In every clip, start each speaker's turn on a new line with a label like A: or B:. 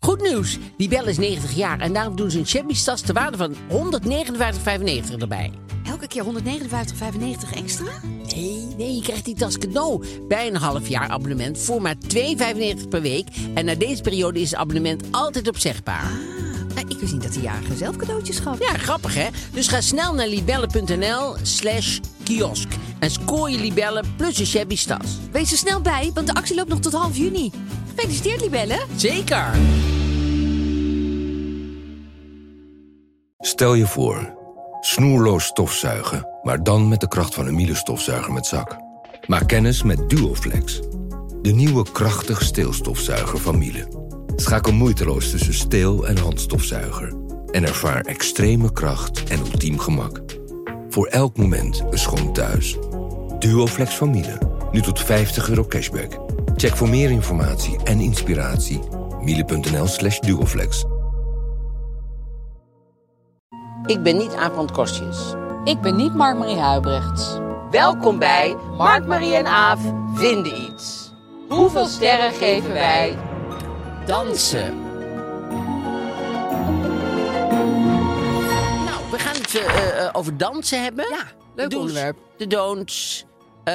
A: Goed nieuws. Die bel is 90 jaar en daarom doen ze een Chemie tas ter waarde van 159,95 erbij.
B: Elke keer 159,95 extra?
A: Nee, nee, je krijgt die tas cadeau bij een half jaar abonnement voor maar 2,95 per week. En na deze periode is het abonnement altijd opzegbaar.
B: Nou, ik wist niet dat de jarige zelf cadeautjes gaf.
A: Ja, grappig hè? Dus ga snel naar libellen.nl slash kiosk en scoor je libellen plus een shabby tas.
B: Wees er snel bij, want de actie loopt nog tot half juni. Gefeliciteerd, Libelle.
A: Zeker!
C: Stel je voor, snoerloos stofzuigen, maar dan met de kracht van een Miele stofzuiger met zak. Maak kennis met Duoflex, de nieuwe krachtig steelstofzuiger van Miele. Schakel moeiteloos tussen steel- en handstofzuiger en ervaar extreme kracht en ultiem gemak. Voor elk moment een schoon thuis. Duoflex van Miele, nu tot 50 euro cashback. Check voor meer informatie en inspiratie miele.nl slash duoflex.
A: Ik ben niet Aaf van het Kostjes.
D: Ik ben niet Mark-Marie Huibrechts.
E: Welkom bij Mark, Marie en Aaf vinden iets. Hoeveel sterren geven wij?
A: Dansen! Nou, we gaan het eh, eh, over dansen hebben.
B: Ja, leuk
A: Do's,
B: onderwerp.
A: De don'ts. eh,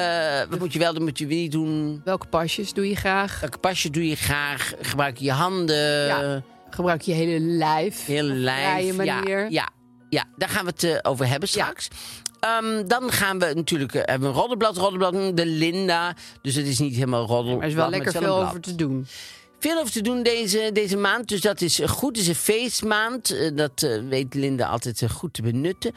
A: wat moet je wel doen, wat moet je niet doen.
D: Welke pasjes doe je graag?
A: Welke pasje doe je graag? Gebruik je je handen.
D: Ja. Gebruik je hele lijf.
A: Heel lijf.
D: vrije
A: Ja,
D: manier.
A: ja, ja, daar gaan we het eh, over hebben straks. Ehm, dan gaan we natuurlijk eh, hebben we een roddelblad, roddelblad, mm, de Linda. Dus het is niet helemaal roddelblad.
D: Er is wel
A: maar het
D: lekker
A: is
D: veel
A: wel een
D: over
A: blad.
D: te doen.
A: Veel over te doen deze, deze maand, dus dat is eh, goed. Het is een feestmaand, eh, dat eh, weet Linda altijd eh, goed te benutten.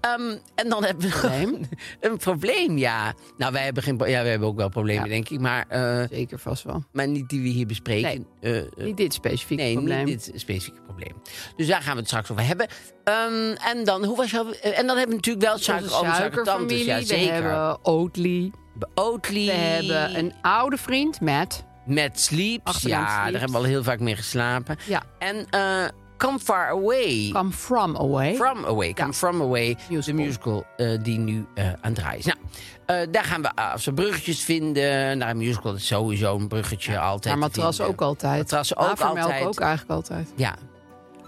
A: Ehm, en dan hebben we
D: Probleem?
A: een probleem, ja. Nou, wij hebben, geen, pro- ja, wij hebben ook wel problemen,
D: Ja.
A: denk ik. Maar, eh,
D: Zeker vast wel.
A: maar niet die we hier bespreken. Eh, eh,
D: Niet dit specifieke
A: nee,
D: probleem.
A: niet dit specifieke probleem. Dus daar gaan we het straks over hebben. Ehm, en, dan, hoe was jouw, eh, en dan hebben we natuurlijk wel suiker, oh,
D: Onze suikerfamilie.
A: suikertantes. Ja,
D: we
A: zeker.
D: hebben Oatly.
A: Oatly.
D: We hebben een oude vriend, Matt.
A: Met sleeps.
D: Achternaam
A: Ja,
D: Sleeps.
A: daar hebben we al heel vaak mee geslapen.
D: Ja.
A: En eh, Come Far Away.
D: Come from away.
A: From Away. Come From Away. De
D: Musical.
A: musical eh, die nu eh, aan het draaien is. Nou, eh, daar gaan we af ze bruggetjes vinden. Naar een musical is sowieso een bruggetje altijd.
D: maar
A: te
D: matras
A: vinden.
D: ook altijd.
A: Matrassen ook
D: Havermelk
A: altijd.
D: ook eigenlijk altijd.
A: Ja,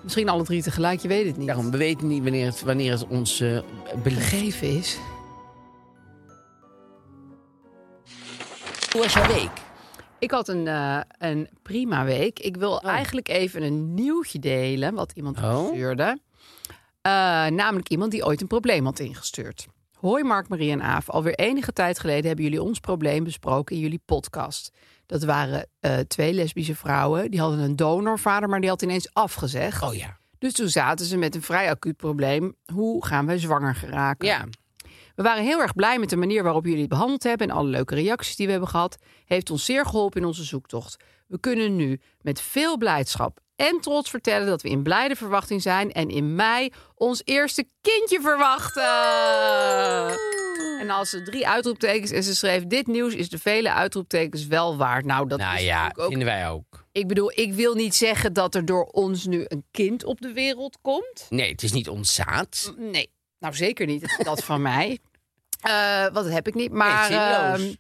D: Misschien alle drie tegelijk, je weet het niet.
A: daarom. We weten niet wanneer het, wanneer het ons eh belicht.
D: Gegeven is.
A: Hoe was jouw week?
D: Ik had een, eh, een prima week. Ik wil eigenlijk even een nieuwtje delen wat iemand
A: Oh.
D: stuurde. Eh, namelijk iemand die ooit een probleem had ingestuurd. Hoi Mark, Marie en Aaf. Alweer enige tijd geleden hebben jullie ons probleem besproken in jullie podcast. Dat waren eh, twee lesbische vrouwen. Die hadden een donorvader, maar die had ineens afgezegd.
A: Oh ja.
D: Dus toen zaten ze met een vrij acuut probleem. Hoe gaan wij zwanger geraken?
A: Ja.
D: We waren heel erg blij met de manier waarop jullie het behandeld hebben en alle leuke reacties die we hebben gehad. Heeft ons zeer geholpen in onze zoektocht. We kunnen nu met veel blijdschap en trots vertellen dat we in blijde verwachting zijn en in mei ons eerste kindje verwachten. En als ze drie uitroeptekens en ze schreef dit nieuws is de vele uitroeptekens wel waard. Nou, dat
A: Nou
D: is
A: ja,
D: natuurlijk ook
A: vinden wij ook.
D: ik bedoel, ik wil niet zeggen dat er door ons nu een kind op de wereld komt.
A: Nee, het is niet ons zaad.
D: Nee, nou zeker niet. Dat van mij. Eh wat heb ik niet. Maar,
A: Nee, zinloos.
D: ehm,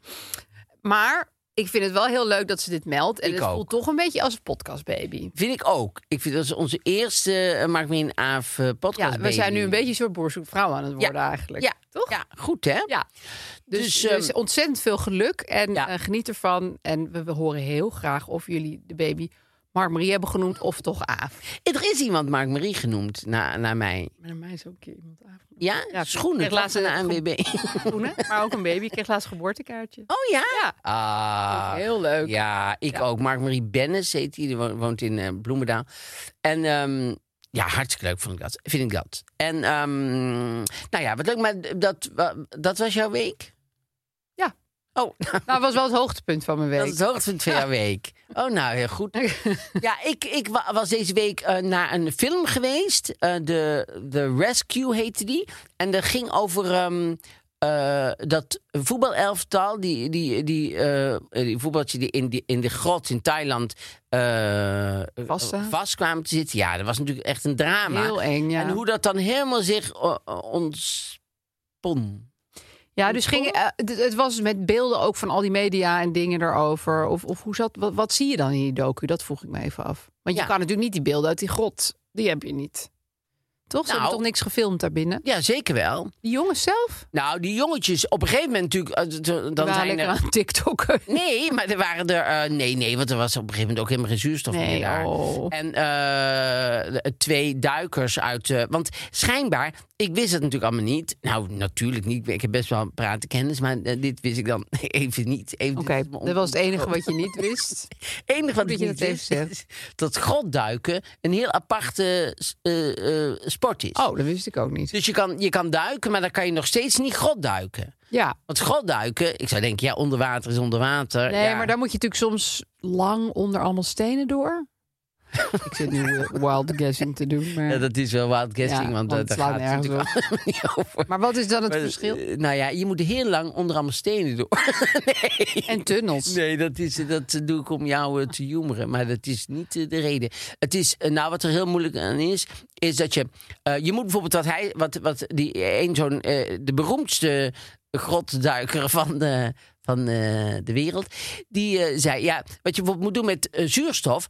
D: maar ik vind het wel heel leuk dat ze dit meldt. En
A: Ik
D: het
A: ook.
D: voelt toch een beetje als een podcastbaby.
A: Vind ik ook. Ik vind dat is onze eerste eh, Mark Min Aaf eh, podcast.
D: Ja, we zijn nu
A: baby.
D: een beetje een soort boerzoekvrouw aan het worden eigenlijk.
A: Ja,
D: toch?
A: Ja, goed hè?
D: Ja. Dus,
A: Dus,
D: dus
A: ehm,
D: ontzettend veel geluk en
A: Ja.
D: eh, geniet ervan. En we, we horen heel graag of jullie de baby Mark-Marie hebben genoemd of toch Aaf.
A: Er is iemand Mark Marie genoemd na, naar mij.
D: Maar naar mij is ook een keer iemand Aaf.
A: Ja,
D: Ja,
A: schoenen.
D: ik
A: Ik
D: kreeg laatst
A: laatst een
D: een ge-
A: ANWB.
D: schoenen, maar ook een baby. Ik kreeg laatst een geboortekaartje.
A: Oh ja?
D: Ja.
A: Ah,
D: Heel leuk.
A: Ja, ik ook. Mark-Marie Bennis heet die, die wo- woont in eh, Bloemendaal. En ehm, ja, hartstikke leuk vond ik dat. Vind ik dat. En ehm, nou ja, wat leuk, maar d- dat, wa- dat was jouw week?
D: Ja.
A: Oh,
D: Nou, dat was wel het hoogtepunt van mijn
A: dat is
D: week.
A: het hoogtepunt van jouw week. Oh, nou, heel goed. Ja, ik, ik wa- was deze week eh, naar een film geweest. Eh, de, de Rescue heette die. En dat ging over ehm, eh, dat voetbalelftal. Die, die, die, eh, die voetbaltje die in, die in de grot in Thailand eh,
D: Vastzat?
A: vast kwamen te zitten. Ja, dat was natuurlijk echt een drama.
D: Heel eng, ja.
A: En hoe dat dan helemaal zich eh, eh, ontspon.
D: Ja, dus ging, eh, het- het was met beelden ook van al die media en dingen daarover. Of, of hoe zat, wat, wat zie je dan in die docu? Dat vroeg ik me even af. Want
A: Ja.
D: je kan natuurlijk niet die beelden uit die grot. Die heb je niet. Toch? Ze
A: Nou.
D: hebben toch niks gefilmd daarbinnen?
A: Ja, zeker wel.
D: Die jongens zelf?
A: Nou, die jongetjes, op een gegeven moment natuurlijk... eh, d- d- dan
D: Die waren
A: zijn
D: lekker
A: er,
D: aan TikTok.
A: nee, maar er waren er... eh, nee, nee, want er was op een gegeven moment ook helemaal geen zuurstof meer
D: Nee,
A: daar.
D: oh.
A: En eh, de- twee duikers uit... eh, want schijnbaar, ik wist het natuurlijk allemaal niet. Nou, natuurlijk niet. Ik heb best wel pratenkennis, maar eh, dit wist ik dan even niet. Even-
D: Oké,
A: dit is me
D: dat was het enige
A: ontgoocheld.
D: wat je niet wist.
A: enige wat
D: Goed
A: ik
D: dat je
A: niet
D: dat
A: wist,
D: even
A: is dat grotduiken een heel aparte s- eh, eh, sport is.
D: Oh, dat wist ik ook niet.
A: Dus je kan, je kan duiken, maar dan kan je nog steeds niet grotduiken.
D: Ja,
A: Want grotduiken, ik zou denken, ja, onder water is onder water.
D: nee,
A: ja.
D: maar daar moet je natuurlijk soms lang onder allemaal stenen door. ik zit nu eh, wild guessing te doen. Maar...
A: Ja, dat is wel wild guessing,
D: Ja,
A: want,
D: want
A: eh,
D: het
A: daar
D: slaat
A: gaat het
D: nergens
A: natuurlijk allemaal niet over.
D: Maar wat is dan het
A: Maar,
D: verschil?
A: eh, nou ja, je moet heel lang onder allemaal stenen door.
D: En tunnels.
A: eh, Nee, dat, is, dat doe ik om jou eh, te humeren. Maar dat is niet eh, de reden. Het is, eh, nou, wat er heel moeilijk aan is, is dat je... eh, je moet bijvoorbeeld wat hij... Wat, wat die een zo'n... eh, de beroemdste grotduiker van de, van, eh, de wereld. Die eh, zei, ja, wat je bijvoorbeeld moet doen met eh, zuurstof...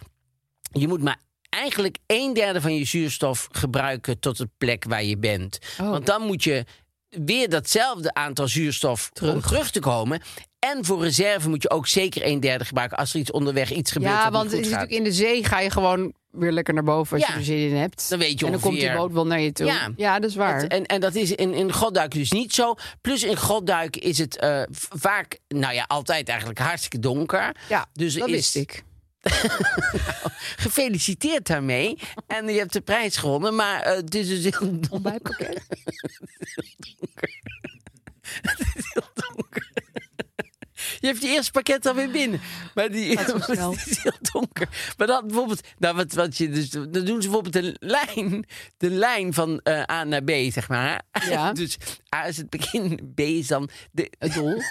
A: Je moet maar eigenlijk een derde van je zuurstof gebruiken... tot de plek waar je bent.
D: Oh.
A: Want dan moet je weer datzelfde aantal zuurstof om terug te komen. En voor reserve moet je ook zeker een derde gebruiken als er iets onderweg iets gebeurt.
D: Ja,
A: wat
D: want
A: niet
D: het
A: goed
D: is
A: gaat.
D: natuurlijk in de zee ga je gewoon weer lekker naar boven als
A: Ja.
D: je er zin in hebt.
A: Dan weet je
D: en dan komt die
A: ongeveer. e-
D: boot wel naar je toe.
A: Ja.
D: Ja, dat is waar.
A: En, en dat is in, in godduiken dus niet zo. Plus in godduiken is het eh, v- vaak, nou ja, altijd eigenlijk hartstikke donker.
D: ja,
A: dus
D: dus dat
A: is-
D: wist ik.
A: Gefeliciteerd daarmee. En je hebt de prijs gewonnen, maar eh, het is dus heel donker.
D: Ontbijtpakket?
A: Je hebt je eerste pakket alweer binnen. Maar die
D: Gaat zo snel.
A: het is heel donker. Maar dan bijvoorbeeld, nou wat, wat je dus, dan doen ze bijvoorbeeld een lijn, de lijn van eh, A naar B, zeg maar.
D: Ja.
A: dus A is het begin, B is dan de.
D: Het doel.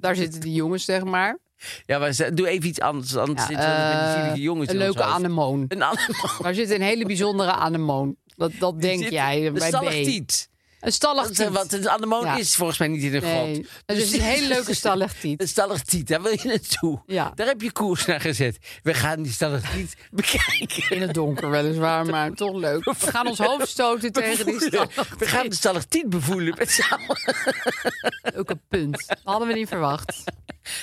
D: Daar zitten die jongens, zeg maar.
A: Ja, maar ze- doe even iets anders, anders
D: Ja,
A: zitten we met die
D: eh,
A: zielige jongens
D: een
A: in ons
D: leuke
A: hoofd.
D: anemoon.
A: Een anemoon.
D: Daar zit een hele bijzondere anemoon. Dat, dat denk
A: Zit-
D: jij
A: Een
D: bij B.
A: stalactiet. Dat
D: Een
A: is, eh,
D: stalactiet.
A: Wat een anemoon
D: Ja.
A: is volgens mij niet in een
D: Nee.
A: grot.
D: Het is een hele leuke stalactiet.
A: Een stalactiet, daar wil je naartoe.
D: Ja.
A: Daar heb je koers naar gezet. We gaan die stalactiet bekijken.
D: In het donker weliswaar, maar toch leuk. We gaan ons hoofd stoten tegen die
A: Bevoelen.
D: stalactiet.
A: We gaan de stalactiet bevoelen met z'n allen.
D: dus Ook een punt. Dat hadden we niet verwacht.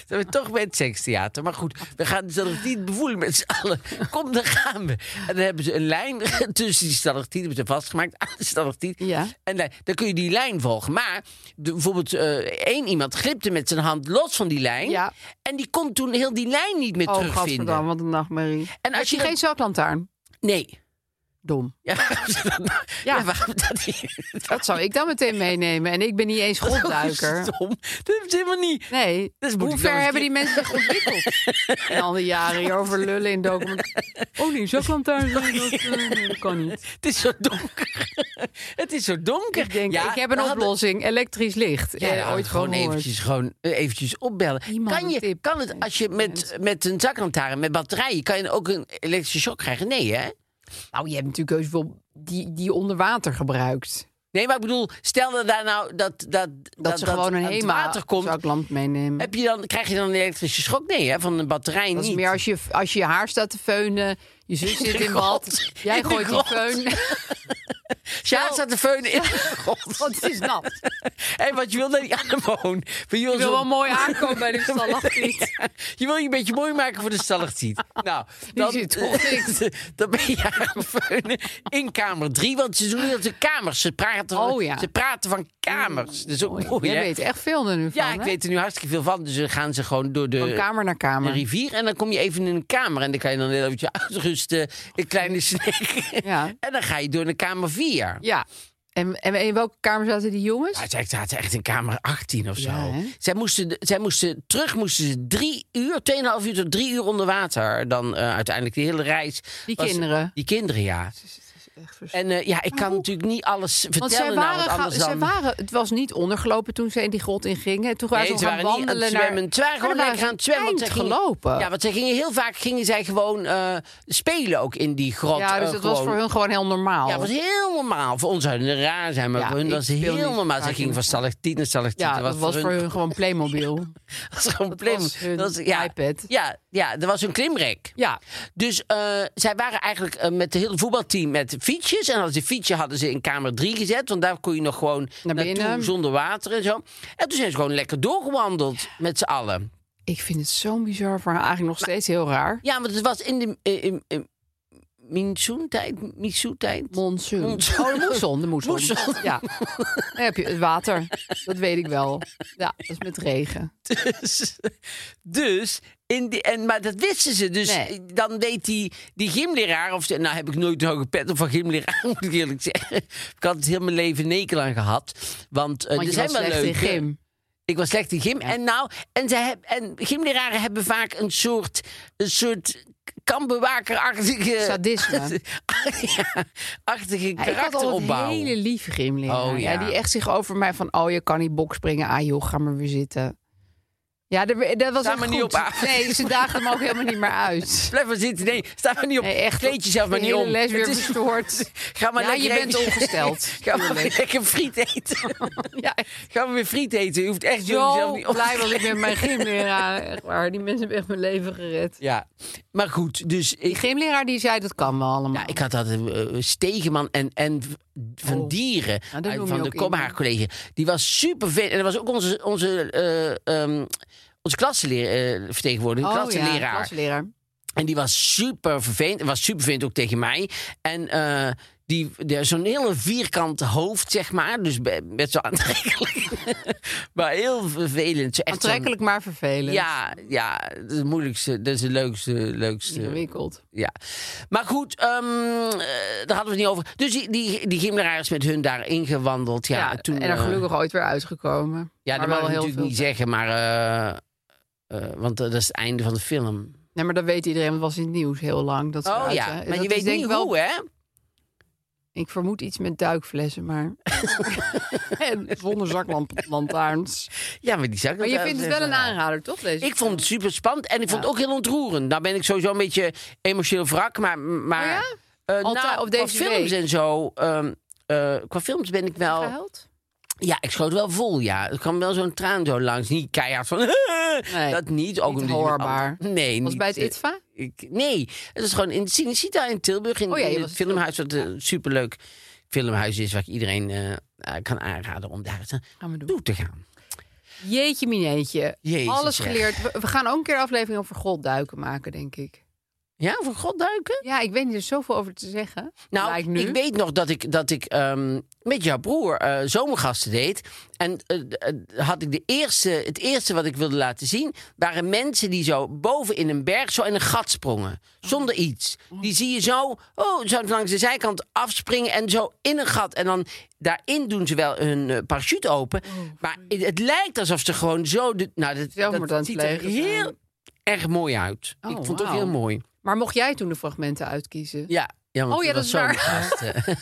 A: Zijn we toch bij het sekstheater. Maar goed, we gaan de stalactiet bevoelen met z'n allen. Kom, dan gaan we. En dan hebben ze een lijn tussen die stalactiet. Hebben ze vastgemaakt aan de stalactiet.
D: Ja.
A: En dan, dan kun je die lijn volgen. Maar de, bijvoorbeeld eh, één iemand glipte met zijn hand los van die lijn.
D: Ja.
A: En die kon toen heel die lijn niet meer
D: Oh, gadverdamme,
A: terugvinden.
D: wat een nachtmerrie.
A: En als
D: Had je
A: je dan-
D: geen zaklantaarn?
A: Nee.
D: Dom.
A: Ja, waarom zou dat nou-
D: Ja.
A: ja, waarom dat niet?
D: Dat zou ik dan meteen meenemen. En ik ben niet eens grondduiker.
A: Stom. Dat hebben ze helemaal niet.
D: Nee.
A: Dus moet ik
D: Hoe
A: dan
D: ver
A: eens
D: hebben die mensen zich ontwikkeld? En al die jaren hierover lullen in documenten. Oh nee, zaklantaarn. sorry, Dat, eh, nee, dat kan niet.
A: Het is zo donker. het is zo donker.
D: Ik denk,
A: Ja,
D: ik heb een
A: we hadden-
D: oplossing. Elektrisch licht.
A: Ja,
D: Eh,
A: nou,
D: ooit
A: gewoon
D: gehoord.
A: eventjes, gewoon eh, eventjes opbellen.
D: Iemand
A: Kan, je,
D: tip.
A: kan het als je met, met een zaklantaarn met batterijen, kan je ook een elektrische shock krijgen? Nee, hè?
D: Nou, je hebt natuurlijk heus wel die, die onder water gebruikt.
A: Nee, maar ik bedoel, stel dat daar nou dat dat dat,
D: Dat, ze gewoon een
A: aan het
D: HEMA
A: water komt.
D: zaklamp meenemen.
A: Heb je dan, krijg je dan een elektrische schok? Nee, hè? van een batterij
D: Dat is
A: niet.
D: meer als je, als je je haar staat te feunen, je zus
A: de
D: zit in
A: grot.
D: bad, jij
A: In de
D: gooit die
A: grot.
D: feun,
A: Ja, staat de feun in. God.
D: want het is nat.
A: En wat je wil naar die anemoon. Maar Je wil,
D: Ik wil
A: zo'n-
D: wel mooi aankomen bij de stalactiet.
A: Je wil je een beetje mooi maken voor de stalactiet. Nou, dan,
D: zit vol
A: dan ben je aan feunen in kamer 3. Want ze doen niet dat de kamers. Ze praten, van-
D: Oh ja. Mm,
A: ze praten van kamers. Dat is ook mooi,
D: Jij
A: hè?
D: weet echt veel er nu van,
A: Ja, ik
D: hè?
A: weet Eh, er nu hartstikke veel van. Dus dan gaan ze gewoon door
D: Van
A: de,
D: kamer naar
A: de
D: kamer.
A: rivier. En dan kom je even in een kamer. En dan kan je dan een beetje uitrusten. Een kleine snack.
D: Ja.
A: En dan ga je door naar kamer 4.
D: Ja. En, en in welke kamer zaten die jongens?
A: Maar Ze zaten echt in kamer 18 of zo.
D: Ja, hè?
A: zij, moesten, zij moesten terug, moesten ze drie uur, tweeënhalf uur tot drie uur onder water. Dan eh, uiteindelijk de hele reis.
D: Die
A: was-
D: kinderen.
A: Die kinderen, ja.
D: echt vers-
A: En eh, ja, ik kan
D: hoe-
A: natuurlijk niet alles vertellen.
D: Want zij
A: nou,
D: waren,
A: want
D: ga-
A: anders
D: zij
A: dan...
D: waren, het was niet ondergelopen toen ze in die grot in gingen. En Toen waren
A: Nee,
D: ze
A: ze
D: gaan
A: waren niet aan
D: wandelen
A: het
D: naar...
A: zwemmen. Ze waren
D: Maar
A: gewoon
D: dan
A: lekker aan het
D: ze
A: zwemmen. Want zij
D: eind
A: gingen-
D: gelopen.
A: Ja, want zij gingen heel vaak gingen zij gewoon eh, spelen ook in die grot.
D: Ja, dus
A: eh,
D: dat was
A: gewoon.
D: voor hun gewoon heel normaal.
A: Ja, dat was heel normaal. Voor ons zouden het raar zijn, maar
D: Ja,
A: voor hun
D: ik
A: was het
D: speel
A: heel
D: niet
A: normaal.
D: vaak
A: Ze
D: in-
A: gingen van stalactiet naar stalactiet.
D: Ja, dat was voor hun gewoon Playmobil.
A: was gewoon
D: dat
A: plim.
D: was hun
A: Dat was- ja,
D: iPad.
A: Ja, ja, dat was hun klimrek.
D: Ja,
A: Dus eh, zij waren eigenlijk eh, met het hele voetbalteam met fietsjes. En als die fietsje hadden ze in kamer 3 gezet. Want daar kon je nog gewoon
D: Naar
A: naartoe
D: binnen.
A: zonder water en zo. En toen zijn ze gewoon lekker doorgewandeld met z'n allen.
D: ik vind het zo'n bizar verhaal. Eigenlijk nog steeds heel raar.
A: Ja, want het was in de eh, in, in, minsoen-tijd, tijd
D: Monsoon.
A: Monsoon.
D: Oh, de moesson, de moesson.
A: Moesson.
D: Ja. Dan heb je het water. Dat weet ik wel. Ja, dat is met regen.
A: Dus, dus in die, en, maar dat wisten ze. Dus
D: Nee.
A: dan weet die, die gymleraar, of ze- nou heb ik nooit een hoge pet op van gymleraar, moet ik eerlijk zeggen. Ik had het heel mijn leven een hekel aan gehad. Want, eh
D: Want
A: er
D: je
A: zijn
D: was
A: wel
D: slecht in
A: leuke-
D: gym.
A: Ik was slecht in gym. En, nou, en, zij heb, en gymleraren hebben vaak een soort, een soort kampbewakerachtige...
D: Sadisme.
A: ja, achtige
D: Ja, ik had al een
A: karakteropbouw.
D: hele lieve gymleraar.
A: Oh,
D: ja.
A: ja.
D: die echt zich over mij van... Oh, je kan niet bokspringen. Ah joh, ga maar weer zitten. Ja, dat, dat was
A: Sta
D: echt
A: maar niet
D: goed.
A: op aan.
D: Nee, ze daagden hem ook helemaal niet meer uit.
A: Blijf maar zitten. Nee, sta maar niet op.
D: Nee, echt.
A: Kleed jezelf maar
D: de
A: niet
D: hele
A: om.
D: les weer
A: Het is-
D: verstoord.
A: Ga maar
D: Ja,
A: lekker
D: je bent
A: even-
D: ongesteld,
A: Ga maar weer lekker friet eten.
D: Ja,
A: Ga maar weer friet eten. Je hoeft echt
D: zo
A: jezelf niet op te
D: blij was ik
A: kleden.
D: met mijn gymleraar. Echt waar, die mensen hebben echt mijn leven gered.
A: Ja, maar goed. Dus
D: Die
A: ik,
D: gymleraar die zei, dat kan wel allemaal.
A: ja, ik had altijd eh, Stegeman en, en Van
D: Oh.
A: Dieren.
D: Ja, dat
A: uit-
D: noem je
A: van de
D: ook
A: Kopenhagen College. Die was super vet. En dat was ook onze... onze eh, ehm, onze klasvertegenwoordiger,
D: Oh ja,
A: klassenleraar.
D: klasleraar.
A: En die was super vervelend. En was super vervelend ook tegen mij. En eh, die, de- zo'n hele vierkant hoofd, zeg maar. Dus be- best wel aantrekkelijk. maar heel vervelend. Zo echt zo'n-
D: Aantrekkelijk, maar vervelend.
A: Ja, ja, dat is het moeilijkste. Dat is het leukste. leukste
D: Ingewikkeld.
A: ja. Maar goed, ehm, eh, daar hadden we het niet over. Dus die, die, die gymleraar is met hun daar ingewandeld. Ja,
D: Ja,
A: toen,
D: en er
A: eh,
D: gelukkig ooit weer uitgekomen.
A: ja, dat
D: maar wel
A: mag ik
D: heel
A: natuurlijk
D: veel.
A: niet zeggen, maar... eh, eh, want dat is het einde van de film.
D: Nee, maar dat weet iedereen, want het was in het nieuws heel lang. Dat ze
A: Oh
D: uit-
A: ja,
D: eh,
A: maar
D: dat
A: je
D: is
A: weet
D: denk
A: niet
D: ik wel-
A: hoe, hè?
D: Ik vermoed iets met duikflessen, maar... en zonder zaklantaarns.
A: Ja, maar die zak
D: Maar je vindt het wel een aanrader, toch? Deze
A: Ik vond het super spannend en ik vond het ook heel ontroerend. Nou ben ik sowieso een beetje emotioneel wrak, maar... maar
D: Oh ja?
A: eh,
D: Altijd-
A: nou,
D: of deze
A: qua films
D: week?
A: en zo... ehm, eh, qua films ben ik wel...
D: Gehuild?
A: Ja, ik schoot wel vol, ja. Er kwam wel zo'n traan zo langs. Niet keihard van...
D: Nee,
A: dat niet. Ook
D: niet
A: omdat je een
D: hoorbaar.
A: ander- Nee,
D: Was
A: niet,
D: bij het
A: eh,
D: ITVA?
A: ik- nee, het is gewoon in Cinecita in Tilburg. In,
D: Oh ja, je
A: in
D: was
A: het
D: in
A: filmhuis, wat een superleuk filmhuis is... waar ik iedereen eh, eh, kan aanraden om daar eens
D: Gaan we doen.
A: naartoe te gaan.
D: Jeetje mineetje.
A: Jezus,
D: Alles
A: zeg.
D: geleerd. We, we gaan ook een keer aflevering over godduiken maken, denk ik.
A: Ja, voor god duiken?
D: Ja, ik weet niet, er is zoveel over te zeggen.
A: Nou,
D: Lijkt nu.
A: ik weet nog dat ik, dat ik ehm, met jouw broer eh, zomergasten deed. En eh, eh, had ik de eerste, het eerste wat ik wilde laten zien... waren mensen die zo boven in een berg zo in een gat sprongen. Zonder iets. Die zie je zo, oh, zo langs de zijkant afspringen en zo in een gat. En dan daarin doen ze wel hun eh, parachute open. Maar het, het lijkt alsof ze gewoon zo... De, nou, dat,
D: Oh. Zelfmoord
A: dat
D: aan het
A: ziet er
D: plegen zijn.
A: heel erg mooi uit.
D: Oh,
A: ik vond het ook
D: wauw.
A: heel mooi.
D: Maar mocht jij toen de fragmenten uitkiezen?
A: Ja. ja want
D: Oh ja,
A: het
D: dat
A: was
D: is
A: zo'n gasten.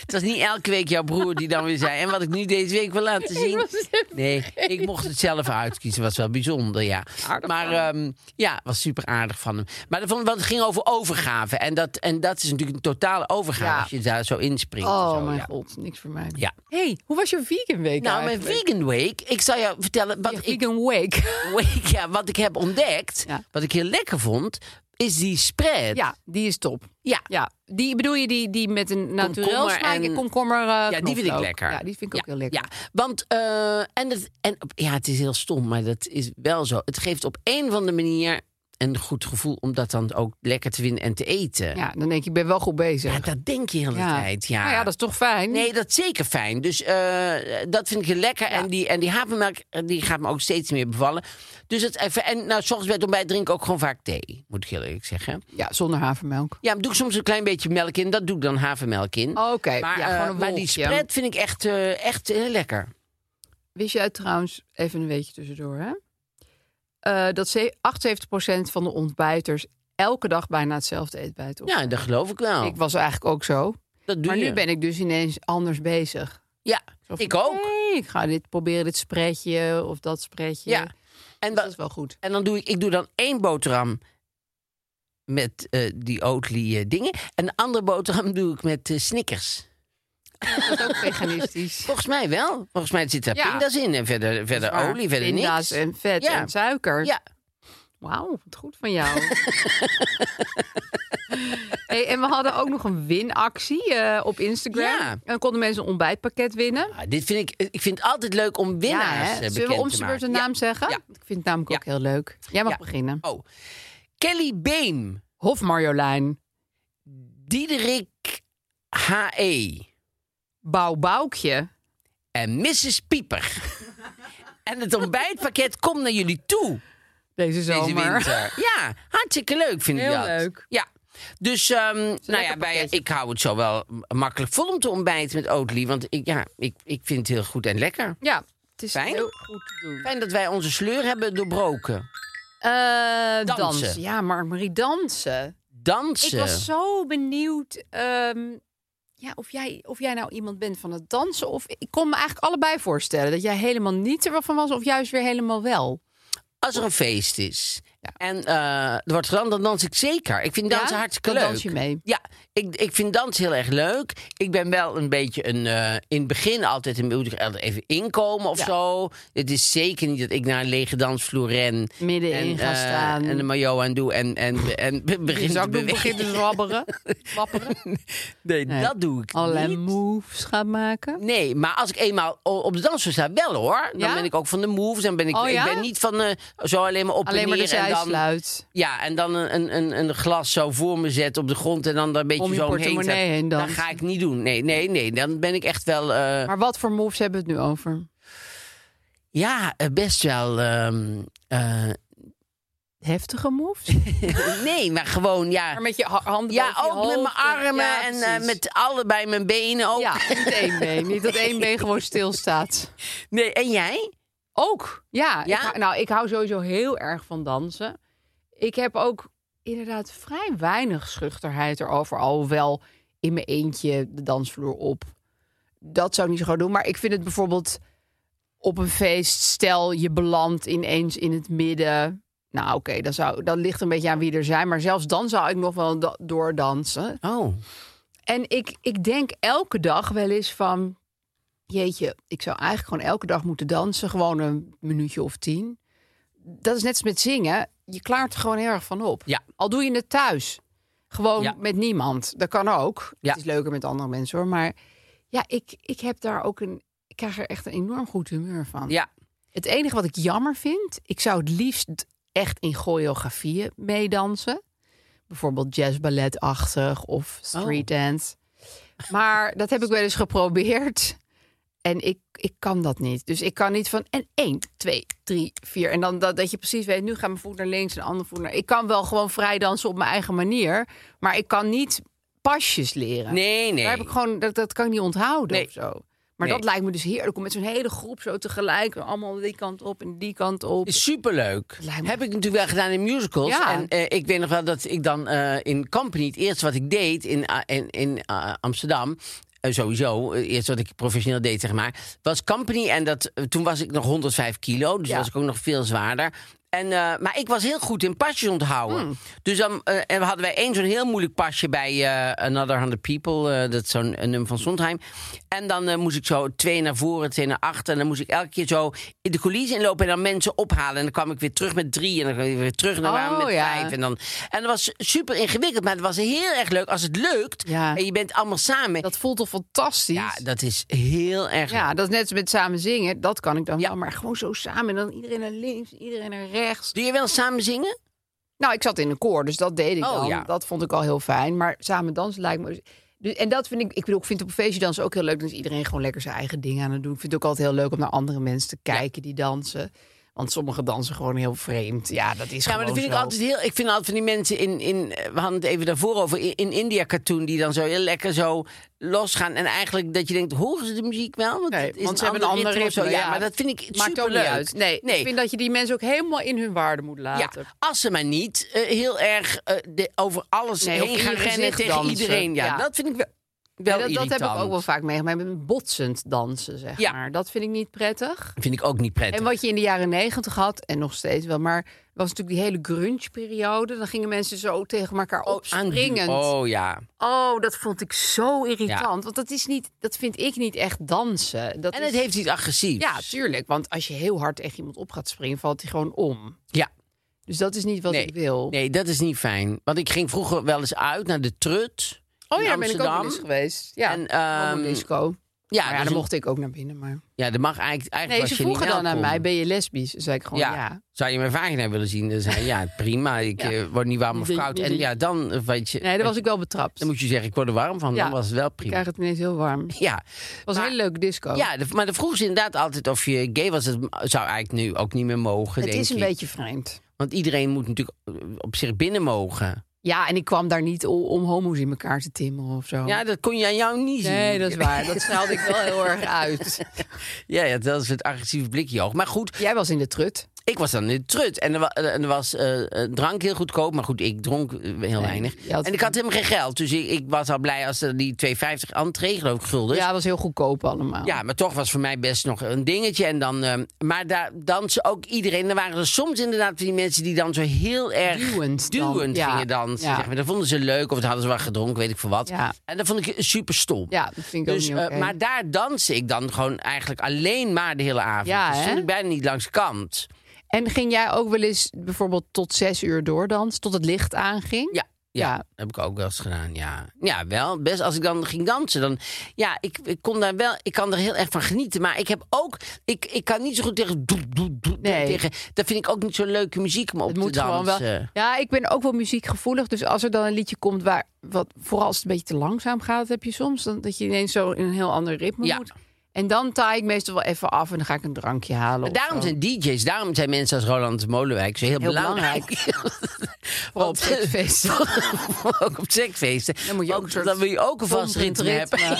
A: het was niet elke week jouw broer die dan weer zei... en wat ik nu deze week wil laten zien... Nee, ik mocht het zelf uitkiezen. was wel bijzonder, ja. maar ehm, ja, was super aardig van hem. Maar dat vond, want het ging over overgave. En dat, en dat is natuurlijk een totale overgave...
D: Ja.
A: als je daar zo inspringt. en
D: Oh
A: zo,
D: mijn
A: ja.
D: god, niks voor mij.
A: Ja.
D: hey, hoe was je vegan week
A: Nou, mijn
D: eigenlijk?
A: Vegan Week... Ik zal jou vertellen wat
D: Je
A: ik
D: vegan week.
A: week, ja, wat ik heb ontdekt...
D: Ja.
A: wat ik heel lekker vond... is die spread.
D: Ja, die is top.
A: Ja.
D: Ja, die bedoel je die, die met een naturel
A: Komkommer
D: smaak
A: en-
D: en komkommer eh,
A: Ja, die vind ik
D: knoflook.
A: lekker.
D: Ja, die vind ik ook
A: Ja,
D: heel lekker.
A: Ja, want eh, en het, en, ja, het is heel stom, maar dat is wel zo. Het geeft op een of andere manier een goed gevoel om dat dan ook lekker te winnen en te eten.
D: Ja, dan denk ik, ik ben wel goed bezig.
A: Ja, dat denk je de hele tijd. Ja.
D: Nou ja, dat is toch fijn?
A: Nee, dat is zeker fijn. Dus eh, dat vind ik heel lekker. En die, en die havermelk eh, die gaat me ook steeds meer bevallen. Dus het even. En nou, s ochtends bij het ontbijt drink ik ook gewoon vaak thee. Moet ik heel eerlijk zeggen.
D: Ja, zonder havermelk.
A: Ja, maar doe ik soms een klein beetje melk in. Dat doe ik dan havermelk in.
D: Oké,
A: maar,
D: Oh, ja,
A: eh,
D: gewoon een
A: maar die
D: wolkje.
A: spread vind ik echt, eh, echt heel lekker.
D: Wist jij trouwens, even een weetje tussendoor, hè? Eh, dat ze- 78% van de ontbijters elke dag bijna hetzelfde eetbijt op.
A: Ja, dat geloof ik wel.
D: Ik was eigenlijk ook zo.
A: dat doe
D: maar
A: je.
D: nu ben ik dus ineens anders bezig.
A: Ja,
D: Zo van,
A: ik ook.
D: hey, ik ga dit proberen, dit spreadje of dat spreadje.
A: Ja. En,
D: Dus dat
A: wa-
D: is wel goed.
A: en dan doe ik, ik doe dan één boterham met eh, die Oatly eh, dingen. En de andere boterham doe ik met eh, Snickers.
D: Dat is ook veganistisch.
A: Volgens mij wel. Volgens mij zit daar
D: Ja.
A: pinda's in en verder, verder
D: Maar
A: olie, verder
D: pinda's
A: niks.
D: en vet
A: Ja.
D: en suiker.
A: Ja,
D: Wauw, wat goed van jou. hey, en we hadden ook nog een winactie eh, op Instagram.
A: Ja.
D: En dan konden mensen een ontbijtpakket winnen.
A: Ah, dit vind ik, ik vind het altijd leuk om
D: hè?
A: winnaars eh, bekend
D: Zullen we om
A: te
D: zijn beurt
A: maken.
D: een
A: Ja.
D: naam zeggen?
A: Ja.
D: Ik vind het namelijk ook
A: Ja.
D: heel leuk. Jij mag
A: Ja.
D: beginnen.
A: Oh, Kelly Beem,
D: Hof Marjolein.
A: Diederik H.E.
D: Bouwboukje.
A: en Mrs. Pieper. en het ontbijtpakket komt naar jullie toe
D: Deze
A: deze
D: zomer.
A: winter. Ja, hartstikke leuk vind ik
D: Heel
A: dat.
D: leuk.
A: Ja. Dus ehm, nou ja, bij,
D: pakketje.
A: ik hou het zo wel m- makkelijk vol om te ontbijten met Oatly. Want ik, ja, ik, ik vind het heel goed en lekker.
D: Ja, het is
A: Fijn.
D: heel goed te doen.
A: Fijn dat wij onze sleur hebben doorbroken.
D: Eh, dansen.
A: Dansen.
D: Ja, maar Marie, dansen.
A: Dansen.
D: Ik was zo benieuwd ehm, ja, of, jij, of jij nou iemand bent van het dansen. Of ik kon me eigenlijk allebei voorstellen dat jij helemaal niet er van was, of juist weer helemaal wel.
A: Als er een feest is en eh, er wordt gedaan, dan dans ik zeker. Ik vind
D: Ja?
A: dansen hartstikke
D: Dan
A: leuk.
D: dans je mee.
A: Ja, ik, ik vind dans heel erg leuk. Ik ben wel een beetje een, eh, in het begin altijd een moet ik er even inkomen of
D: Ja.
A: zo. Het is zeker niet dat ik naar een lege dansvloer ren.
D: Middenin
A: en,
D: gaan
A: eh,
D: staan.
A: En een maillot aan doe en, en, en, be- begin
D: Je
A: te
D: zakdoek begint
A: bewegen.
D: te zwabberen. Wapperen.
A: Nee, dat doe ik
D: Allerlei
A: niet.
D: moves gaan maken.
A: Nee, maar als ik eenmaal o- op de dansvloer sta, wel hoor. Dan
D: Ja?
A: ben ik ook van de moves. Dan ben ik,
D: Oh, ja?
A: ik ben niet van eh, zo alleen maar op
D: Alleen
A: en
D: maar de
A: neer en dan...
D: zijsluit.
A: Ja, en dan een, een- een, een glas zo voor me zet op de grond en dan daar een beetje
D: Om je
A: zo omheen.
D: portemonnee
A: trekt.
D: heen
A: Dat
D: dansen.
A: ga ik niet doen. Nee, nee, nee. Dan ben ik echt wel. eh,
D: Maar wat voor moves hebben we het nu over?
A: ja, eh, best wel. ehm, eh,
D: Heftige moves?
A: nee, maar gewoon, ja.
D: Maar met je ha- handen
A: Ja,
D: boven je
A: ook met mijn
D: hoofd en-
A: armen
D: Ja,
A: en eh,
D: precies.
A: met allebei mijn benen ook.
D: Ja, niet één been. Niet dat één been gewoon stilstaat.
A: Nee, en jij?
D: Ook, ja.
A: Ja?
D: Ik hou- nou, ik hou sowieso heel erg van dansen. Ik heb ook inderdaad vrij weinig schuchterheid erover. Alhoewel in mijn eentje de dansvloer op. Dat zou ik niet zo gauw doen. Maar ik vind het bijvoorbeeld op een feest... stel je belandt ineens in het midden... Nou, oké, dat, zou- dat ligt een beetje aan wie er zijn. Maar zelfs dan zou ik nog wel da- doordansen.
A: Oh,
D: En ik, ik denk elke dag wel eens van... Jeetje, ik zou eigenlijk gewoon elke dag moeten dansen. Gewoon een minuutje of tien. Dat is net als met zingen. Je klaart er gewoon heel erg van op.
A: Ja.
D: Al doe je het thuis. Gewoon
A: Ja.
D: met niemand. Dat kan ook.
A: Ja.
D: Het is leuker met andere mensen hoor. Maar ja, ik, ik heb daar ook een... Ik krijg er echt een enorm goed humeur van.
A: ja.
D: Het enige wat ik jammer vind, ik zou het liefst echt in choreografieën meedansen. Bijvoorbeeld jazzballetachtig of street dance. Maar dat heb ik wel eens geprobeerd. En ik, ik kan dat niet. Dus ik kan niet van en 1, 2, 3, 4. En dan dat, dat je precies weet, nu gaat mijn voet naar links en de andere voet naar... Ik kan wel gewoon vrij dansen op mijn eigen manier. Maar ik kan niet pasjes leren.
A: Nee, nee.
D: Nou, Daar heb ik gewoon, dat, dat kan ik niet onthouden
A: Nee.
D: of zo. Maar
A: Nee.
D: dat lijkt me dus heerlijk om met zo'n hele groep zo tegelijk... allemaal die kant op en die kant op.
A: Is superleuk.
D: Lijkt me-
A: Heb ik natuurlijk wel gedaan in musicals.
D: Ja.
A: En eh, ik weet nog wel dat ik dan eh, in Company, het eerste wat ik deed in, ah, in, in ah, Amsterdam. eh, sowieso, eh, eerst wat ik professioneel deed, zeg maar. Was Company en dat, eh, toen was ik nog 105 kilo. Dus
D: Ja.
A: was ik ook nog veel zwaarder. En, eh, maar ik was heel goed in pasjes onthouden.
D: Hmm.
A: Dus dan eh, en hadden wij één zo'n heel moeilijk pasje bij eh, Another 100 People. eh, dat is zo'n eh, nummer van Sondheim. En dan eh, moest ik zo twee naar voren, twee naar achter. En dan moest ik elke keer zo in de coulissen inlopen en dan mensen ophalen. En dan kwam ik weer terug met drie. En dan kwam ik weer terug naar waar
D: Oh,
A: met
D: ja.
A: vijf. En, dan, en dat was super ingewikkeld. Maar het was heel erg leuk als het lukt.
D: Ja.
A: En je bent allemaal samen.
D: Dat voelt toch fantastisch?
A: ja, dat is heel erg
D: Ja, dat is net als met samen zingen. Dat kan ik dan
A: Ja.
D: wel, maar gewoon zo samen. En dan iedereen naar links, iedereen naar rechts.
A: Doe je wel samen zingen?
D: Nou, ik zat in een koor, dus dat deed ik
A: Oh,
D: dan.
A: ja.
D: Dat vond ik al heel fijn. Maar samen dansen lijkt me... Dus, en dat vind ik... Ik bedoel, ik vind op een feestje dansen ook heel leuk. Dan is iedereen gewoon lekker zijn eigen ding aan het doen. Ik vind het ook altijd heel leuk om naar andere mensen te kijken die dansen. Want sommigen dansen gewoon heel vreemd. Ja, dat is
A: Ja, maar
D: gewoon
A: dat vind ik
D: zo.
A: altijd heel. Ik vind altijd van die mensen in. in eh, we hadden het even daarvoor over. In, in India cartoon. die dan zo heel lekker zo losgaan. En eigenlijk dat je denkt. horen ze de muziek wel? Want,
D: Nee,
A: het is
D: want ze hebben een
A: ander
D: ander
A: ritme of
D: ritme,
A: zo. Ja,
D: ja.
A: maar dat vind ik.
D: Maakt ook niet
A: superleuk.
D: uit. Nee,
A: nee.
D: ik vind dat je die mensen ook helemaal in hun waarde moet
A: ja,
D: laten.
A: als ze maar niet eh, heel erg eh, de- over alles
D: Nee, of
A: heen
D: in
A: gaan
D: je
A: rennen
D: gezicht
A: tegen
D: dansen.
A: iedereen. Ja,
D: Ja.
A: dat vind ik wel,
D: Ja,
A: wel
D: dat, dat heb ik
A: irritant.
D: ook wel vaak meegemaakt met botsend dansen, zeg
A: Ja.
D: maar. Dat vind ik niet prettig.
A: Vind ik ook niet prettig.
D: En wat je in de jaren negentig had, en nog steeds wel, maar was natuurlijk die hele grunge-periode. Dan gingen mensen zo tegen elkaar
A: aan die-
D: opspringend. Oh,
A: Oh ja.
D: dat vond ik zo irritant. Want dat, is niet, dat vind ik niet echt dansen. Dat
A: En
D: is-
A: het heeft iets agressiefs.
D: Ja, tuurlijk. Want als je heel hard tegen iemand op gaat springen, valt hij gewoon om.
A: Ja.
D: Dus dat is niet wat
A: Nee.
D: ik wil.
A: Nee, dat is niet fijn. Want ik ging vroeger wel eens uit naar de Trut.
D: Oh
A: in
D: ja, daar ben ik ook wel eens
A: Amsterdam.
D: geweest. Ja,
A: En,
D: en,
A: ehm,
D: disco.
A: Ja,
D: Maar ja,
A: dus
D: dan
A: een-
D: mocht ik ook naar binnen, maar...
A: Ja, dat mag eigenlijk, eigenlijk
D: Nee,
A: was
D: ze
A: je niet
D: vroegen dan aan
A: welkom.
D: mij, ben je lesbisch? Toen zei ik gewoon
A: Ja.
D: ja.
A: Zou je mijn vagina willen zien? Dan zei je, ja, prima. Ik
D: Ja.
A: eh, word niet warm of
D: Die-
A: koud.
D: die-
A: En ja, dan eh, weet je...
D: Nee, daar was ik wel betrapt.
A: Dan moet je zeggen, ik word er warm van.
D: Ja.
A: Dan was het wel
D: Ik
A: prima.
D: krijg Oh. het ineens heel warm.
A: Ja,
D: Het was
A: Maar-
D: een hele leuke disco.
A: ja de- maar dan vroeg ze inderdaad altijd of je gay was. Dat zou eigenlijk nu ook niet meer mogen,
D: het
A: denk
D: is een
A: ik.
D: beetje vreemd.
A: Want iedereen moet natuurlijk eh, op zich binnen mogen.
D: Ja, en ik kwam daar niet o- om homo's in elkaar te timmeren of zo.
A: Ja, dat kon je aan jou niet zien.
D: Oh. nee, dat is waar. Dat straalde ik wel heel erg uit.
A: Ja, ja, dat is het agressieve blikje oog. Maar goed,
D: Jij was in de trut.
A: ik was dan in de trut. En er, wa- eh, en er was eh, eh, drank heel goedkoop. Maar goed, ik dronk eh, heel weinig.
D: je had-
A: En ik had helemaal geen geld. Dus ik, ik was al blij als er die 2,50 entree geloof ik guldens.
D: Ja, het was heel goedkoop allemaal.
A: Ja, maar toch was voor mij best nog een dingetje. En dan, eh, maar daar dansen ook iedereen. Er waren er soms inderdaad van die mensen die dan zo heel erg
D: Duwend dan.
A: duwend
D: Ja,
A: gingen dansen.
D: ja.
A: Zeg maar. Dat vonden ze leuk of dat hadden ze wel gedronken, weet ik veel wat.
D: Ja.
A: En dat vond ik super stom.
D: Ja, dat vind ik
A: Dus,
D: ook niet
A: eh,
D: oké.
A: maar daar dans ik dan gewoon eigenlijk alleen maar de hele avond.
D: Ja,
A: dus toen
D: hè?
A: ik bijna niet langs kant.
D: En ging jij ook wel eens bijvoorbeeld tot zes uur doordansen, tot het licht aanging?
A: Ja. Ja,
D: Ja.
A: dat heb ik ook wel eens gedaan, ja. Ja, wel, best. Als ik dan ging dansen, dan... Ja, ik, ik kon daar wel... Ik kan er heel erg van genieten. Maar ik heb ook... Ik, ik kan niet zo goed tegen... doe, doe, doe,
D: Nee.
A: tegen dat vind ik ook niet zo'n leuke muziek om op
D: Het
A: te
D: moet
A: dansen.
D: gewoon wel. Ja, ik ben ook wel muziekgevoelig. Dus als er dan een liedje komt waar, wat, vooral als het een beetje te langzaam gaat, heb je soms dan, dat je ineens zo in een heel ander ritme
A: Ja.
D: moet. En dan taai ik meestal wel even af en dan ga ik een drankje halen.
A: Maar
D: of
A: daarom
D: Oh, zo.
A: zijn DJ's, daarom zijn mensen als Roland Molenwijk zo heel,
D: Heel Vooral op
A: Want, eh,
D: feest.
A: ook op sekfeesten.
D: Dan moet je ook
A: Want
D: een soort
A: dan wil je ook een vast ritme hebben.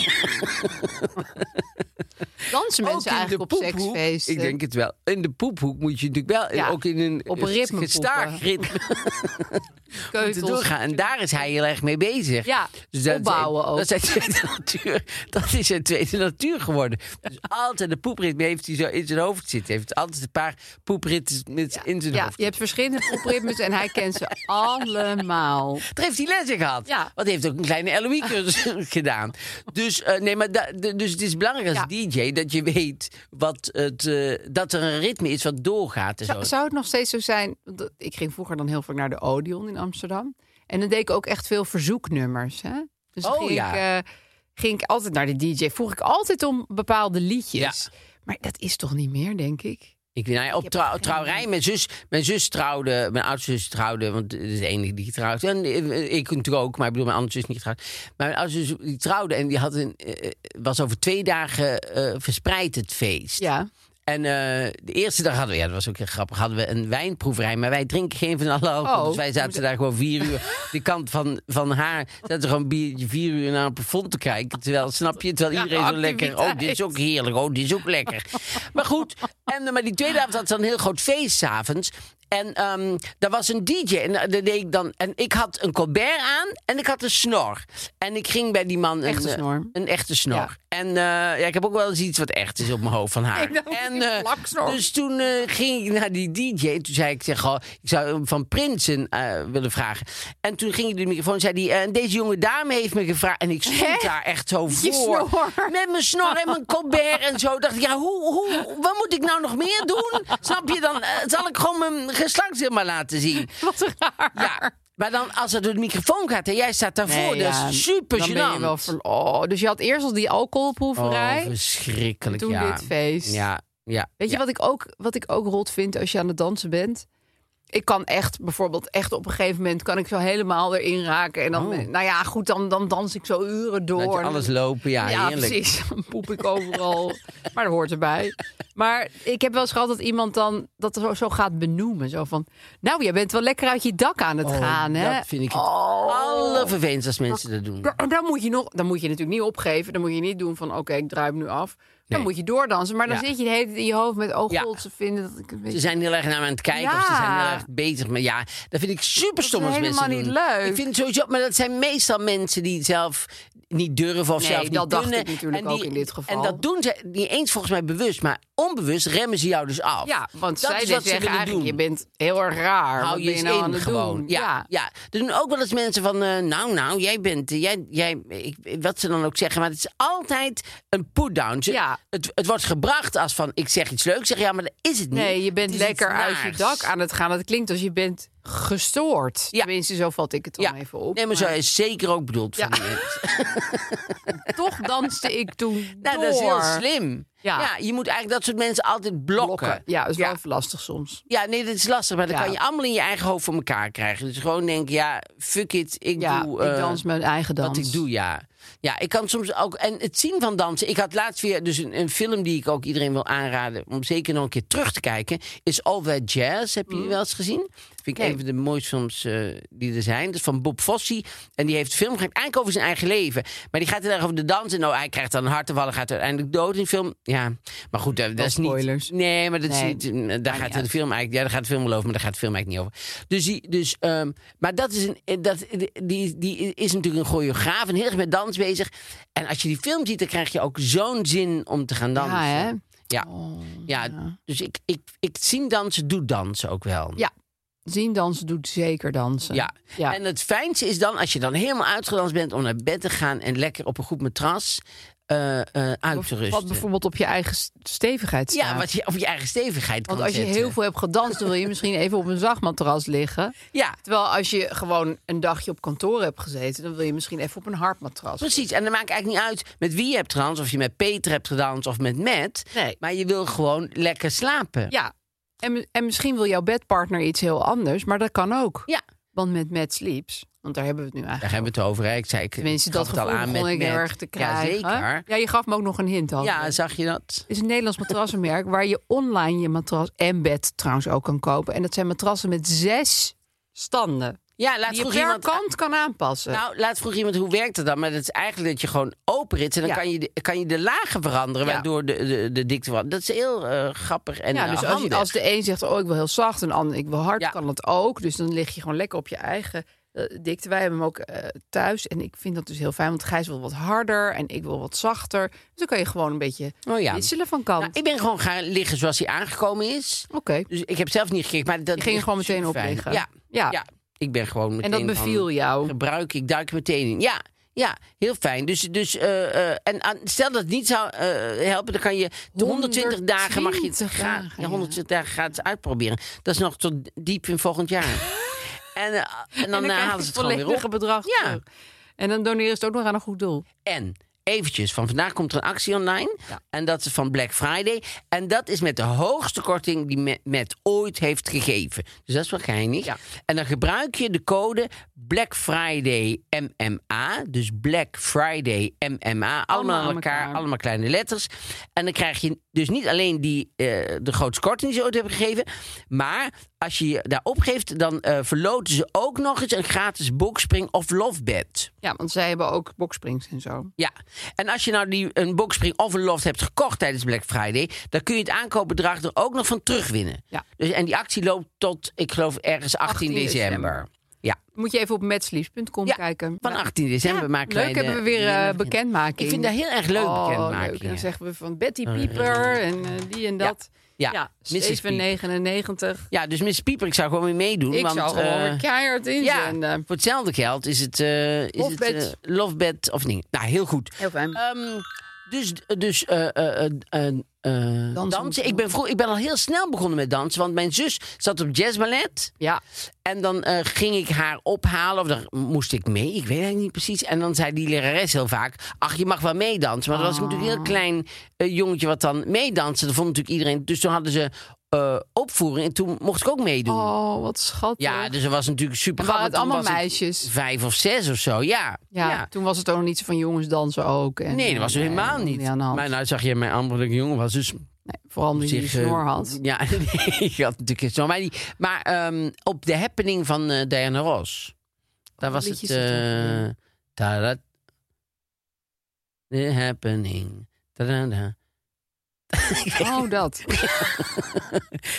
D: Dansen mensen
A: Ook in
D: eigenlijk
A: de
D: op
A: poephoek,
D: seksfeesten.
A: Ik denk het wel. In de poephoek moet je natuurlijk wel
D: Ja,
A: ook in een
D: op een ritme
A: gestaag
D: poepen.
A: ritme te
D: keutels.
A: doorgaan. En daar is hij heel erg mee bezig. Dus
D: Ja,
A: dat
D: opbouwen
A: zijn-
D: ook.
A: Dat, zijn tweede natuur, dat is zijn tweede natuur geworden. Dus altijd de poepritme heeft hij zo in zijn hoofd zitten. Hij heeft altijd een paar poepritten met in zijn
D: Ja,
A: hoofd.
D: je hebt verschillende poepritmes en hij kent ze allemaal.
A: Daar heeft hij les in gehad.
D: Ja.
A: Want hij heeft ook een kleine LOE-cursus gedaan. Dus, eh, nee, maar da- de- dus het is belangrijk als DJ dat je weet wat het, eh, dat er een ritme is wat doorgaat. En zo.
D: Zou, zou het nog steeds zo zijn? want dat- Ik ging vroeger dan heel vaak naar de Odeon in Amsterdam. En dan deed ik ook echt veel verzoeknummers. Hè? Dus dan
A: Oh,
D: ging,
A: ja.
D: ik, eh, ging ik altijd naar de DJ. Vroeg ik altijd om bepaalde liedjes. Maar dat is toch niet meer, denk ik?
A: Ik, nou ja, op
D: heb
A: trouw-
D: geen
A: trouwerij,
D: idee.
A: mijn zus, mijn zus trouwde, mijn oudste zus trouwde, want het is de enige die getrouwd is. En eh, ik natuurlijk ook, maar ik bedoel, mijn andere zus niet getrouwd. Maar mijn oudste zus die trouwde en die had een, eh, was over twee dagen eh, verspreid het feest.
D: Ja.
A: En eh, de eerste dag hadden we, ja, dat was ook heel grappig, hadden we een wijnproeverij. Maar wij drinken geen van alle alcohol.
D: Oh.
A: dus wij zaten daar gewoon vier uur. De kant van, van haar zaten we gewoon biertje vier uur naar een plafond te kijken. Terwijl, snap je, terwijl
D: Ja,
A: iedereen zo lekker... Oh,
D: activiteit.
A: dit is ook heerlijk. Oh, dit is ook lekker. maar goed, en, eh, maar die tweede avond had ze dan een heel groot feest s'avonds. En ehm daar was een DJ. En, eh, daar deed ik, dan, en ik had een colbert aan en ik had een snor. En ik ging bij die man... een,
D: Echte
A: eh,
D: snor.
A: Een echte snor.
D: Ja.
A: En eh, ja, ik heb ook wel eens iets wat echt is op mijn hoofd van haar.
D: Ik dacht,
A: en,
D: die
A: eh,
D: plaksnor.
A: dus toen eh, ging ik naar die DJ. En toen zei ik, zeg, oh, ik zou hem van Prinsen eh, willen vragen. En toen ging hij de microfoon en zei die, en deze jonge dame heeft me gevraagd. En ik stond daar echt zo
D: je
A: voor.
D: snor.
A: Met mijn snor en mijn colbert en zo. dacht ik, ja, hoe, hoe, wat moet ik nou nog meer doen? Snap je dan? eh, zal ik gewoon mijn geslacht helemaal laten zien?
D: Wat raar.
A: Ja. Maar dan, als het door de microfoon gaat en jij staat daarvoor,
D: Nee,
A: dat
D: ja,
A: is super
D: dan ben je wel
A: gênant.
D: ver- oh, Dus je had eerst al die
A: Oh,
D: alcoholproeverij.
A: verschrikkelijk,
D: toen
A: ja.
D: dit feest.
A: Ja, ja.
D: Weet
A: ja.
D: je wat ik, ook, wat ik ook rot vind als je aan het dansen bent? Ik kan echt bijvoorbeeld echt op een gegeven moment kan ik zo helemaal erin raken. En dan,
A: Oh.
D: nou ja, goed, dan, dan dans ik zo uren door.
A: Laat je alles lopen, ja,
D: ja,
A: heerlijk.
D: precies. Dan poep ik overal. maar dat hoort erbij. Maar ik heb wel eens gehad dat iemand dan dat zo, zo gaat benoemen. Zo van, nou, jij bent wel lekker uit je dak aan het gaan, hè?
A: Oh, Dat vind ik het
D: Oh.
A: allervervelendst als mensen dat doen.
D: Ja, en dan moet, je nog, dan moet je natuurlijk niet opgeven. Dan moet je niet doen van, oké, ik draai hem nu af. Dan
A: Nee.
D: moet je doordansen. Maar dan
A: Ja.
D: zit je de hele tijd in je hoofd met, oh
A: Ja.
D: god, ze vinden dat ik een beetje...
A: Ze zijn heel erg naar me aan het kijken of ze
D: Ja.
A: zijn heel erg bezig. Maar ja, dat vind ik super stom
D: Dat
A: als
D: is
A: mensen
D: helemaal
A: doen.
D: niet leuk.
A: Ik vind het sowieso, maar dat zijn meestal mensen die zelf niet durven of
D: Nee,
A: zelf niet
D: dat dacht ik
A: kunnen.
D: natuurlijk
A: En die-
D: ook in dit geval.
A: En dat doen ze niet eens volgens mij bewust, maar onbewust remmen ze jou dus af.
D: Ja, want
A: dat
D: zij
A: is wat ze
D: zeggen
A: willen
D: eigenlijk,
A: doen.
D: je bent heel erg raar. Wat
A: Hou je
D: ben
A: eens
D: nou
A: in
D: aan het
A: gewoon.
D: doen?
A: Ja, ja. Er doen ook wel eens mensen van, eh, nou, nou, jij bent, eh, jij, jij, ik, wat ze dan ook zeggen, maar het is altijd een put-down. Ze-
D: Ja.
A: Het, het wordt gebracht als van, ik zeg iets leuks, zeg ja, maar dat is het niet.
D: Nee, je bent
A: Het is iets
D: lekker uit je
A: naars.
D: dak aan het gaan. Dat klinkt als je bent gestoord.
A: Ja.
D: Tenminste, zo vat ik het dan even op.
A: Nee, maar zo is zeker ook bedoeld
D: Ja.
A: van die mensen.
D: Toch danste ik toen
A: Nou,
D: door.
A: dat is heel slim.
D: Ja.
A: Ja. je moet eigenlijk dat soort mensen altijd blokken.
D: Blokken. Ja, dat is wel
A: Ja.
D: even lastig soms.
A: Ja, nee, dat is lastig, maar dat
D: Ja.
A: kan je allemaal in je eigen hoofd voor elkaar krijgen. Dus gewoon denken, ja, fuck it, ik
D: Ja,
A: doe...
D: ik
A: eh,
D: dans mijn eigen dans.
A: Wat ik doe, ja. Ja, ik kan soms ook. En het zien van dansen. Ik had laatst weer. Dus een, een film die ik ook iedereen wil aanraden. Om zeker nog een keer terug te kijken. Is All That Jazz. Heb je die wel eens gezien? Vind ik
D: Mhm. Nee.
A: een van de mooiste films eh, die er zijn. Dat is van Bob Fosse. En die heeft een film gemaakt. Eigenlijk over zijn eigen leven. Maar die gaat heel erg over de dans. En nou, hij krijgt dan een hartevallen. Gaat uiteindelijk dood in de film. Ja. Maar goed, eh, dat, dat is niet.
D: spoilers.
A: Nee, maar dat
D: Nee,
A: is niet. eh, Daar
D: niet
A: gaat
D: uit.
A: de film eigenlijk. Ja, daar gaat de film wel over. Maar daar gaat de film eigenlijk niet over. Dus die. Dus, ehm, maar dat is een. eh, Dat, die, die is natuurlijk een choreograaf. En heel erg met dans bezig. En als je die film ziet, dan krijg je ook zo'n zin om te gaan dansen.
D: Ja, hè?
A: Ja. Ja, dus ik, ik, ik zien dansen, doe dansen ook wel.
D: Ja. Zien dansen doet zeker dansen.
A: Ja.
D: Ja.
A: en het fijnste is dan, als je dan helemaal uitgedanst bent, om naar bed te gaan en lekker op een goed matras eh, eh, uit te
D: Wat
A: rusten.
D: bijvoorbeeld op je eigen s- stevigheid staat.
A: Ja, wat je op je eigen stevigheid
D: Want
A: kan
D: als je
A: zetten.
D: heel veel hebt gedanst, dan wil je misschien even op een zacht matras liggen.
A: Ja,
D: Terwijl als je gewoon een dagje op kantoor hebt gezeten, dan wil je misschien even op een hard matras.
A: precies. En dan maakt eigenlijk niet uit met wie je hebt gedanst, of je met Peter hebt gedanst of met Matt.
D: Nee.
A: Maar je wil gewoon lekker slapen.
D: Ja. En, en misschien wil jouw bedpartner iets heel anders, maar dat kan ook.
A: Ja.
D: Want met Mad Sleeps, want daar hebben we het nu
A: Daar
D: eigenlijk.
A: hebben we het over. Hè. Ik zei, ik
D: Tenminste,
A: ik
D: dat
A: gaf
D: gevoel begon ik heel
A: Matt.
D: erg te krijgen.
A: Ja, zeker.
D: Ja, je gaf me ook nog een hint al.
A: Ja, zag je dat?
D: is een Nederlands matrassenmerk waar je online je matras en bed trouwens ook kan kopen. En dat zijn matrassen met zes standen.
A: Ja, laat
D: Die je
A: vroeg
D: per
A: iemand...
D: kant kan aanpassen.
A: Nou, laat vroeg iemand hoe werkt het dan? Maar dat is eigenlijk dat je gewoon openrit en dan
D: Ja.
A: kan, je de, kan je de lagen veranderen,
D: Ja.
A: waardoor de, de, de dikte verandert. Dat is heel eh, grappig en
D: ja,
A: eh,
D: dus als, je-
A: handig.
D: als de een zegt, oh, ik wil heel zacht en de ander, ik wil hard,
A: Ja.
D: kan dat ook. Dus dan lig je gewoon lekker op je eigen eh, dikte. Wij hebben hem ook eh, thuis en ik vind dat dus heel fijn, want Gijs wil wat harder en ik wil wat zachter. Dus dan kan je gewoon een beetje
A: Oh ja.
D: wisselen van kant.
A: Nou, ik ben gewoon gaan liggen zoals hij aangekomen is.
D: Oké,
A: Dus ik heb zelf niet gekeken, maar dat
D: je ging er
A: is
D: gewoon meteen op
A: superfijn.
D: liggen.
A: Ja,
D: ja.
A: ja. ik ben gewoon
D: en
A: meteen
D: dat beviel
A: van,
D: jou.
A: Gebruik ik, duik er meteen in. Ja. Ja, heel fijn. Dus, dus eh, eh, en aan- stel dat het niet zou eh, helpen, dan kan je de 120 dagen mag je het
D: 120
A: gra-
D: dagen,
A: ja,
D: ja.
A: 120 dagen gratis uitproberen. Dat is nog tot diep in volgend jaar. en, eh, en dan,
D: en dan
A: eh,
D: krijg je
A: halen ze
D: het
A: het gewoon weer op.
D: volledige bedrag
A: Ja.
D: terug. En dan doneren ze het ook nog aan een goed doel.
A: En eventjes, van vandaag komt er een actie online. En dat is van Black Friday. En dat is met de hoogste korting die met, ooit heeft gegeven. Dus dat is wel geinig.
D: Ja.
A: En dan gebruik je de code Black Friday MMA. Dus Black Friday MMA. Allemaal, aan elkaar, allemaal kleine letters. En dan krijg je dus niet alleen die, eh, de grootste korting die ze ooit hebben gegeven. Maar als je je daar opgeeft, dan eh, verloten ze ook nog eens een gratis boxspring of lovebed.
D: Ja, want zij hebben ook boksprings en zo.
A: Ja, en als je nou die, een boxspring of een loft hebt gekocht tijdens Black Friday... dan kun je het aankoopbedrag er ook nog van terugwinnen.
D: Ja.
A: Dus, en die actie loopt tot, ik geloof, ergens 18,
D: 18
A: december.
D: december.
A: Ja,
D: Moet je even op matsleeps.com
A: Ja,
D: kijken.
A: van 18 december
D: Ja,
A: maken wij...
D: Leuk,
A: de-
D: hebben we weer eh,
A: de-
D: bekendmaking.
A: Ik vind dat heel erg leuk,
D: oh,
A: bekendmaking,
D: leuk. En dan
A: ja.
D: zeggen we van Betty Pieper en eh, die en dat.
A: Ja, Mrs.
D: 799.
A: Ja, dus Miss Pieper, ik zou gewoon weer meedoen.
D: Ik
A: want,
D: zou gewoon
A: eh,
D: weer eh, keihard
A: ja,
D: inzenden.
A: voor hetzelfde geld is het... eh is
D: Lovebed.
A: Het, eh, lovebed of niet. Nou, heel goed.
D: Heel fijn.
A: Ehm, dus, dus eh, eh, eh, eh, eh, dansen.
D: moet je
A: Ik, ben vroeg, ik ben al heel snel begonnen met dansen. Want mijn zus zat op jazzballet.
D: ja.
A: En dan eh, ging ik haar ophalen. Of dan moest ik mee. Ik weet eigenlijk niet precies. En dan zei die lerares heel vaak... Ach, je mag wel meedansen. Maar dan
D: Ah.
A: was ik natuurlijk een heel klein eh, jongetje wat dan meedansen. Dat vond natuurlijk iedereen. Dus toen hadden ze eh, opvoering. En toen mocht ik ook meedoen.
D: Oh, wat schattig.
A: Ja, dus dat was natuurlijk super
D: En waren het
A: want toen
D: allemaal
A: was ik
D: meisjes?
A: Vijf of zes of zo, ja.
D: ja,
A: ja.
D: toen was het ook nog niet zo van jongens dansen ook. En, eh,
A: Nee, dat was er helemaal niet.
D: aan de hand.
A: Maar nou zag je mijn andere jongen was dus
D: Nee, vooral omdat hij die
A: eh,
D: snor had.
A: Ja, nee, ik had natuurlijk geen snor. Maar, die, maar ehm, op de happening van eh Diana Ross. Daar was
D: liedje
A: het...
D: zit er ook
A: eh tadat, the happening. Tadada.
D: Oh, dat.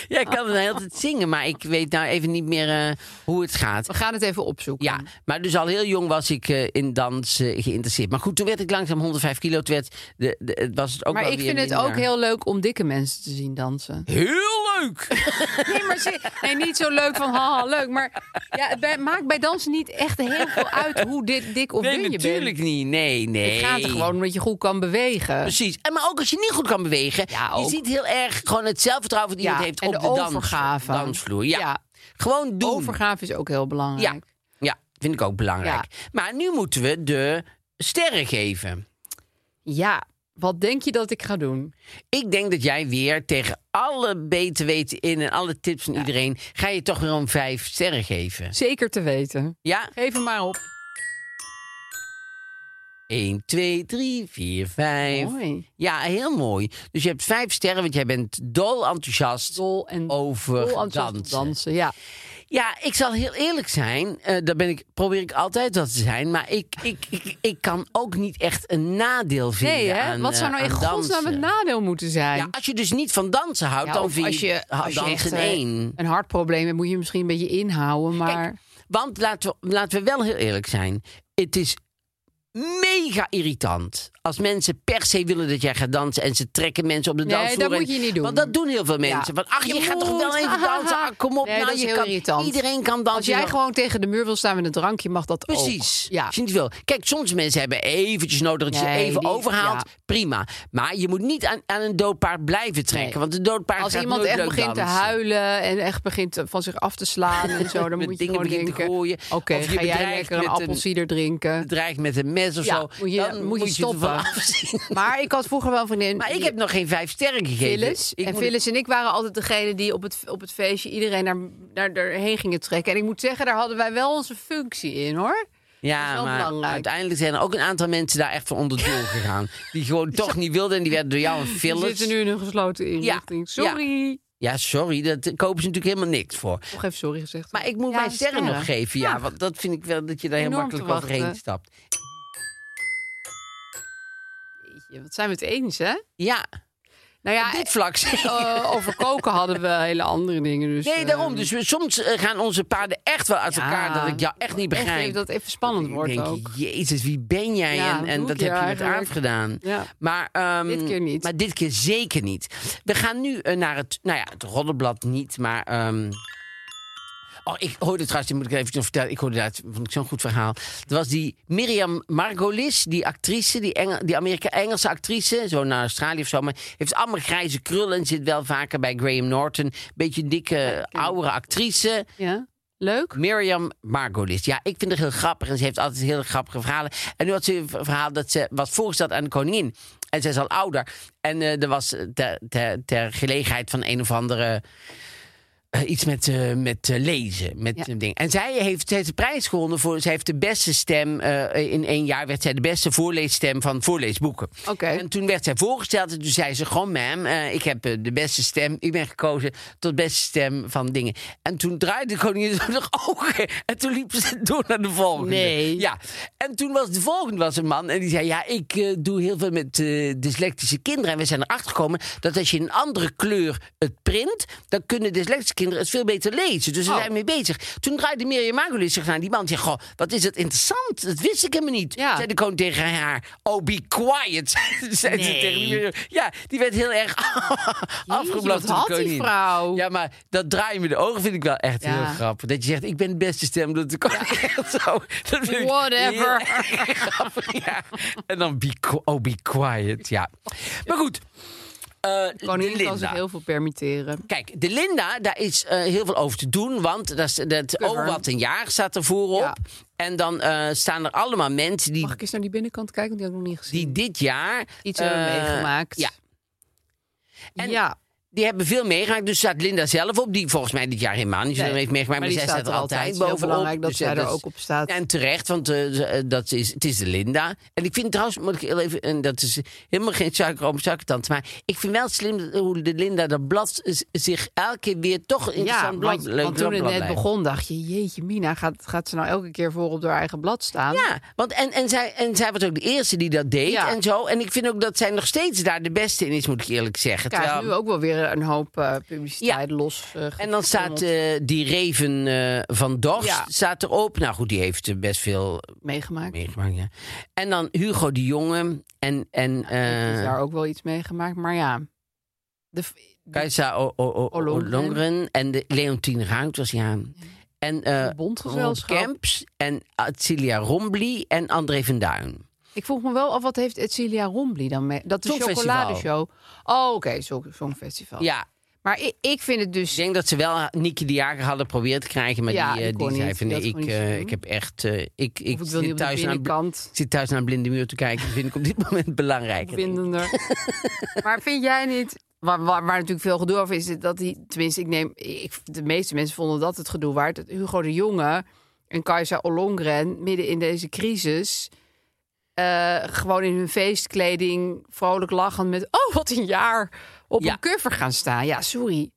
A: Ja, ik kan het de hele tijd zingen, maar ik weet nou even niet meer eh, hoe het gaat.
D: We gaan het even opzoeken.
A: Ja, maar dus al heel jong was ik eh, in dans eh, geïnteresseerd. Maar goed, toen werd ik langzaam 105 kilo. Toen werd de, de, het was het ook
D: maar
A: wel
D: ik
A: weer
D: vind het
A: minder.
D: ook heel leuk om dikke mensen te zien dansen.
A: Heel leuk!
D: Nee, maar zie- nee, niet zo leuk van haha, leuk. Maar ja, het bij- maakt bij dansen niet echt heel veel uit hoe dik, dik of
A: Nee,
D: dun je
A: natuurlijk
D: bent.
A: niet. Nee, nee.
D: Het gaat er gewoon omdat je goed kan bewegen.
A: Precies. En maar ook als je niet goed kan bewegen.
D: Ja,
A: je
D: ook.
A: ziet heel erg gewoon het zelfvertrouwen dat iemand
D: Ja,
A: heeft
D: en
A: op
D: de
A: de, dans-
D: overgave.
A: dansvloer. Ja.
D: Ja.
A: Gewoon doen.
D: Overgave is ook heel
A: Ja.
D: belangrijk.
A: ja, vind ik ook belangrijk. Maar nu moeten we de sterren geven.
D: Ja, wat denk je dat ik ga doen?
A: Ik denk dat jij weer tegen alle beter weten in en alle tips van iedereen... ga je toch weer om vijf sterren geven.
D: Zeker te weten.
A: Ja?
D: Geef hem maar op.
A: 1, 2, 3, 4, 5.
D: Mooi.
A: Ja, heel mooi. Dus je hebt vijf sterren, want jij bent dol enthousiast
D: Dol en
A: over
D: dol enthousiast op
A: dansen.
D: dansen. Ja.
A: Ja, ik zal heel eerlijk zijn. eh daar ben ik, probeer ik altijd dat te zijn. Maar ik, ik, ik, ik kan ook niet echt een nadeel vinden
D: Nee, hè?
A: aan
D: wat zou
A: eh,
D: nou in
A: aan
D: godsnaam
A: dansen.
D: het nadeel moeten zijn?
A: Ja, als je dus niet van dansen houdt,
D: Ja,
A: dan
D: of
A: vind
D: als je, als je
A: dan
D: echt
A: geen
D: eh,
A: één.
D: een hartprobleem hebt, moet je je misschien een beetje inhouden. Maar
A: Want laten we, laten we wel heel eerlijk zijn. Het is mega irritant. Als mensen per se willen dat jij gaat dansen... en ze trekken mensen op de
D: Nee,
A: dansvloer.
D: dat
A: en-
D: moet je niet doen.
A: Want dat doen heel veel mensen.
D: Ja.
A: Van, ach, je,
D: Je
A: gaat toch wel
D: moet,
A: even
D: haha.
A: dansen? Ah, kom op,
D: Nee,
A: nou,
D: dat is
A: je
D: heel
A: kan,
D: irritant.
A: Iedereen kan dansen.
D: als jij
A: dan-
D: gewoon tegen de muur wil staan met een drankje, mag dat ook.
A: Precies.
D: Ja.
A: Als je niet wil. Kijk, soms mensen hebben eventjes nodig dat je ze
D: Nee,
A: even
D: die-
A: overhaalt.
D: ja.
A: Prima. Maar je moet niet aan, aan een dood paard blijven trekken.
D: Nee.
A: Want een dood paard
D: Als
A: gaat
D: iemand
A: nooit
D: echt
A: leuk
D: begint te
A: dansen.
D: huilen en echt begint te- van zich af te slaan en zo, dan
A: Met
D: moet je
A: dingen
D: gewoon
A: begint te
D: denken:
A: gooien.
D: oké,
A: Of je
D: ga jij
A: bedreigt
D: lekker een
A: met een-
D: appelsieder drinken?
A: Dreigt met een mes of
D: Ja,
A: zo.
D: moet je-
A: dan
D: moet je stoppen.
A: ervan afzien.
D: Maar ik had vroeger wel een vriendin.
A: Maar ik
D: die-
A: heb nog geen vijf sterren gegeven.
D: Phyllis.
A: Ik
D: en
A: moet-
D: Phyllis en ik waren altijd degene die op het, op het feestje iedereen naar, naar, daarheen gingen trekken. En ik moet zeggen, daar hadden wij wel onze functie in hoor. dat is
A: Ja,
D: wel
A: maar
D: belangrijk.
A: uiteindelijk zijn er ook een aantal mensen daar echt van onder doel gegaan. Die gewoon toch niet wilden en die werden door jou een
D: We
A: Phyllis.
D: zitten nu in een gesloten inrichting.
A: Ja, ja.
D: Sorry.
A: Ja, sorry, daar kopen ze natuurlijk helemaal niks voor.
D: Nog even sorry gezegd.
A: Maar ik moet
D: Ja,
A: mijn sterren nog
D: sterren.
A: geven. Ja, want dat vind ik wel dat je daar heel
D: Enorm
A: makkelijk
D: te wachten.
A: overheen stapt.
D: Jeetje, Wat zijn we het eens, hè?
A: Ja,
D: Nou ja,
A: op dit vlak. zeker.
D: eh, over koken hadden we hele andere dingen. Dus,
A: nee,
D: eh,
A: daarom. Dus we, soms eh, gaan onze paarden echt wel uit
D: Ja.
A: elkaar. Dat ik jou echt niet
D: echt
A: begrijp.
D: even dat het even spannend
A: ik
D: wordt
A: denk,
D: ook.
A: jezus, wie ben jij?
D: Ja,
A: en
D: wat
A: en
D: doe
A: dat
D: ik
A: heb je
D: hier
A: met
D: eigenlijk?
A: Aaf gedaan.
D: Ja.
A: Maar, ehm,
D: Dit keer niet.
A: Maar dit keer zeker niet. We gaan nu eh, naar het, nou ja, het roddelblad niet, maar... ehm, Oh, ik hoorde trouwens, dit moet ik even nog vertellen. Ik hoorde dat, vond ik zo'n goed verhaal. Er was die Miriam Margolis, die actrice, die, Engel, die Amerika Engelse actrice, zo naar Australië of zo, maar heeft allemaal grijze krullen en zit wel vaker bij Graham Norton. Beetje dikke, oudere actrice.
D: Ja, leuk.
A: Miriam Margolis. Ja, ik vind haar heel grappig en ze heeft altijd hele grappige verhalen. En nu had ze een verhaal dat ze was voorgesteld aan de koningin. En zij is al ouder. En eh, er was eh, ter, ter, ter gelegenheid van een of andere... eh, iets met, eh, met eh, lezen, met
D: Ja.
A: een ding. En zij heeft, ze heeft de prijs gewonnen voor... Ze heeft de beste stem, eh, in één jaar werd zij de beste voorleesstem van voorleesboeken.
D: Oké.
A: En toen werd zij voorgesteld en toen zei ze gewoon... ma'am, eh, ik heb eh, de beste stem, ik ben gekozen tot beste stem van dingen. En toen draaide de koningin zo nog ogen en toen liep ze door naar de volgende.
D: Nee.
A: Ja. En toen was de volgende was een man en die zei... ja, ik eh, doe heel veel met eh, dyslectische kinderen. En we zijn erachter gekomen dat als je een andere kleur het print... dan kunnen dyslectische kinderen het veel beter lezen. Dus we
D: Oh.
A: zijn mee bezig. Toen draaide Mirjam Margolis zich naar die man en zei... goh, wat is dat interessant, dat wist ik helemaal niet.
D: Ja.
A: Zei de koning tegen haar, oh, be quiet, zei ze
D: Nee.
A: tegen Mirjam. Ja, die werd heel erg afgeblaft
D: wat
A: door
D: had
A: de
D: die
A: koningin.
D: vrouw?
A: Ja, maar dat draaien met de ogen vind ik wel echt
D: Ja.
A: heel grappig. Dat je zegt, ik ben de beste stem, dat de koning echt zo... Dat vind ik
D: Whatever.
A: heel erg grappig, ja. En dan be, qui- oh, be quiet, ja. Maar goed, eh, de
D: Koningin kan zich
A: Linda.
D: heel veel permitteren.
A: Kijk, de Linda, daar is eh, heel veel over te doen. Want dat, is- dat
D: Cover.
A: oh wat een jaar staat er voorop.
D: Ja.
A: En dan eh, staan er allemaal mensen die,
D: Mag ik eens naar die binnenkant kijken? Hm. Want die had ik nog niet gezien.
A: die dit jaar...
D: Iets hebben
A: eh,
D: meegemaakt.
A: Ja, en-
D: ja.
A: eh, Die hebben veel meegemaakt. Dus staat Linda zelf op, die volgens mij dit jaar helemaal niet zo
D: Nee,
A: heeft meegemaakt. Maar,
D: maar die
A: zij
D: staat
A: staat er
D: er
A: altijd
D: altijd. Het is heel
A: bovenop.
D: belangrijk dat
A: Dus,
D: zij
A: eh,
D: er
A: is-
D: ook op staat.
A: Ja, en terecht, want eh, ze- eh, dat is, het is de Linda. En ik vind trouwens, moet ik heel even, en dat is helemaal geen suiker om suikertante, maar ik vind wel slim dat- hoe de Linda dat blad z- zich elke keer weer toch een interessant
D: want,
A: blad leuk
D: want toen het
A: blad
D: net
A: blijft.
D: begon dacht je, jeetje mina, gaat, gaat ze nou elke keer voor op haar eigen blad staan?
A: Ja, want en, en, zij, en zij was ook de eerste die dat deed
D: Ja.
A: en zo. En ik vind ook dat zij nog steeds daar de beste in is, moet ik eerlijk zeggen.
D: Ik krijg
A: Terwijl-
D: nu ook wel weer een hoop eh, publiciteit los. eh,
A: En dan staat
D: gefrommeld,
A: eh, die Reven eh, van Dorst
D: Ja.
A: staat erop. Nou goed, die heeft eh, best veel
D: meegemaakt.
A: meegemaakt. Ja. En dan Hugo de Jonge en, en
D: Ik
A: eh
D: heb daar ook wel iets meegemaakt, maar ja. De, v-
A: Kajsa O- O- O-
D: Ollongren.
A: Ollongren en de Leontien Ruiters. Ja. En eh
D: de bondgezelschap.
A: Ronald Kemps en Celia Rombly en André van Duin.
D: Ik vroeg me wel af, wat heeft Celia Rombly dan mee? Dat de
A: Songfestival.
D: chocoladeshow. Oh, oké, song- Songfestival.
A: Ja,
D: Maar ik, ik vind het dus...
A: ik denk dat ze wel Nicky de Jager hadden proberen te krijgen. Maar
D: Ja,
A: die, eh,
D: ik
A: die
D: kon
A: zei
D: niet.
A: van nee,
D: Dat
A: ik,
D: kon niet
A: eh,
D: doen.
A: ik heb echt... eh, ik ik,
D: ik wil niet
A: zit
D: op de
A: thuis naar,
D: binnenkant.
A: ik zit thuis naar een blinde muur te kijken. Dat vind ik op dit moment belangrijker. denk ik.
D: Bindender. maar vind jij niet... Waar, waar, waar natuurlijk veel gedoe over is, is dat die... Tenminste, ik neem... Ik, de meeste mensen vonden dat het gedoe waard. Dat Hugo de Jonge en Kajsa Ollongren midden in deze crisis... eh, gewoon in hun feestkleding, vrolijk lachend met... Oh, wat een jaar! Op
A: Ja.
D: een cover gaan staan. Ja, sorry.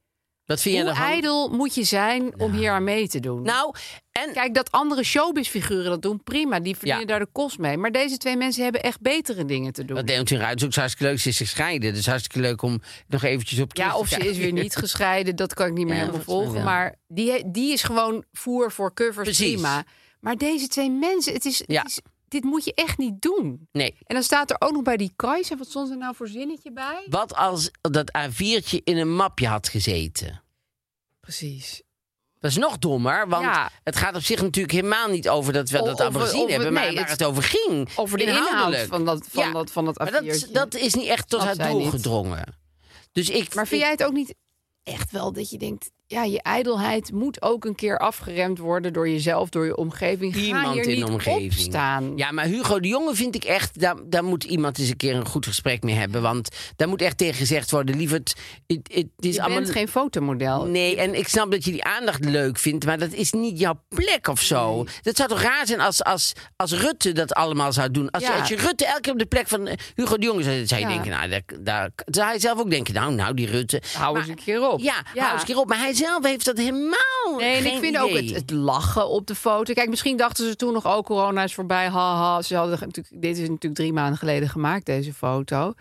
A: Wat vind je
D: Hoe
A: daarvan?
D: ijdel moet je zijn om hier aan mee te doen?
A: Nou, en
D: Kijk, dat andere showbizfiguren dat doen, prima. Die verdienen
A: Ja.
D: daar de kost mee. Maar deze twee mensen hebben echt betere dingen te doen.
A: dat Leontien Ruijs ook hartstikke leuk. Ze is gescheiden. Dus hartstikke leuk om nog eventjes op terug
D: Ja,
A: te
D: of ze
A: kijken.
D: is weer niet gescheiden. Dat kan ik niet meer
A: Ja,
D: helemaal
A: volgens mij
D: volgen.
A: wel.
D: Maar die, die is gewoon voer voor covers,
A: Precies.
D: prima. Maar deze twee mensen, het is, het
A: Ja.
D: is- dit moet je echt niet doen.
A: Nee.
D: En dan staat er ook nog bij die Kajsa, wat stond er nou voor zinnetje bij?
A: Wat als dat A4'tje in een mapje had gezeten?
D: Precies.
A: Dat is nog dommer, want
D: Ja.
A: het gaat op zich natuurlijk helemaal niet over dat we
D: O-
A: dat
D: of we-
A: allemaal gezien
D: of we-
A: hebben, maar
D: nee,
A: waar
D: het-
A: het over ging.
D: Over de inhoud
A: inhoudelijk.
D: van dat, van
A: Ja.
D: dat, van dat
A: Maar dat,
D: A4'tje.
A: dat is niet echt tot
D: Snap
A: haar
D: zij
A: doel
D: niet.
A: gedrongen. Dus ik,
D: Maar vind
A: ik-
D: jij het ook niet echt wel dat je denkt... ja, je ijdelheid moet ook een keer afgeremd worden... door jezelf, door je omgeving. Ga
A: iemand
D: hier
A: in
D: niet
A: de omgeving.
D: opstaan.
A: Ja, maar Hugo de Jonge vind ik echt, daar, daar moet iemand eens een keer een goed gesprek mee hebben. Want daar moet echt tegen gezegd worden, lieverd, het, het is
D: je bent
A: allemaal
D: geen fotomodel.
A: Nee, en ik snap dat je die aandacht leuk vindt, maar dat is niet jouw plek of zo. Dat zou toch raar zijn als, als, als Rutte dat allemaal zou doen. Als,
D: Ja.
A: als je Rutte elke keer op de plek van eh, Hugo de Jonge zou zetten, zou je
D: Ja.
A: denken, nou, daar, daar zou hij zelf ook denken, nou, nou, die Rutte.
D: Hou
A: Maar-
D: eens een keer op.
A: Ja, hou eens een keer op. Maar hij zelf heeft dat helemaal
D: Nee, en
A: geen
D: ik vind ook
A: idee.
D: het, het lachen op de foto. Kijk, misschien dachten ze toen nog, oh, corona is voorbij, haha. Ze hadden natuurlijk, dit is natuurlijk drie maanden geleden gemaakt, deze foto.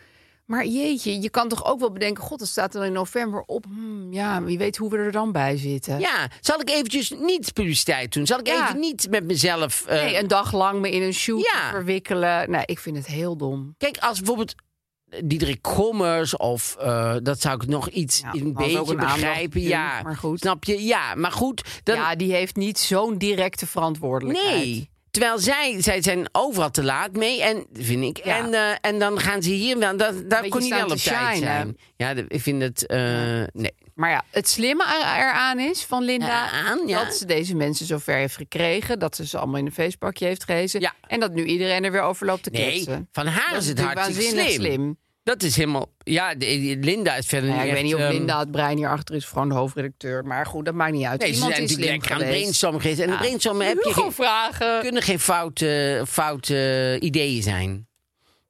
D: Maar jeetje, je kan toch ook wel bedenken... god, het staat er in november op. Hmm, ja, wie weet hoe we er dan bij zitten.
A: Ja, zal ik eventjes niet publiciteit doen? Zal ik
D: Ja.
A: even niet met mezelf... eh,
D: Nee, een dag lang me in een shoot
A: Ja.
D: verwikkelen. Nou, ik vind het heel dom.
A: Kijk, als bijvoorbeeld eh, Diederik Gommers of eh, dat zou ik nog iets
D: Ja,
A: een
D: had ook
A: beetje
D: een aandacht
A: begrijpen.
D: natuurlijk,
A: Ja,
D: maar goed.
A: Snap je? Ja, maar goed. Dan,
D: ja, die heeft niet zo'n directe verantwoordelijkheid.
A: nee. Terwijl zij, zij zijn overal te laat mee, en, vind ik.
D: Ja.
A: En, eh, en dan gaan ze hier wel. Dat, daar
D: Beetje
A: kon hij wel op
D: staan te
A: tijd
D: shinen.
A: zijn. Ja, de- ik vind het. eh, nee.
D: Maar ja, het slimme er- eraan is van Linda...
A: Ja, aan, ja.
D: dat ze deze mensen zover heeft gekregen... dat ze ze allemaal in een feestbakje heeft gehezen...
A: Ja.
D: en dat nu iedereen er weer over loopt te
A: Nee,
D: kletsen.
A: van haar
D: Dat
A: is
D: is
A: het
D: natuurlijk
A: hartstikke
D: waanzinnig
A: slim.
D: slim.
A: Dat is helemaal. Ja, de- de- Linda is verder
D: Nou ja, ik
A: niet
D: weet
A: echt,
D: niet of
A: ehm,
D: Linda het brein hierachter is... of gewoon de hoofdredacteur, maar goed, dat maakt niet uit.
A: Nee, ze zijn
D: Iemand is
A: natuurlijk
D: slim
A: lekker aan het
D: geweest.
A: brainstormen geweest. En het brainstormen heb je
D: Hugo
A: geen,
D: vragen.
A: kunnen geen foute, foute ideeën zijn.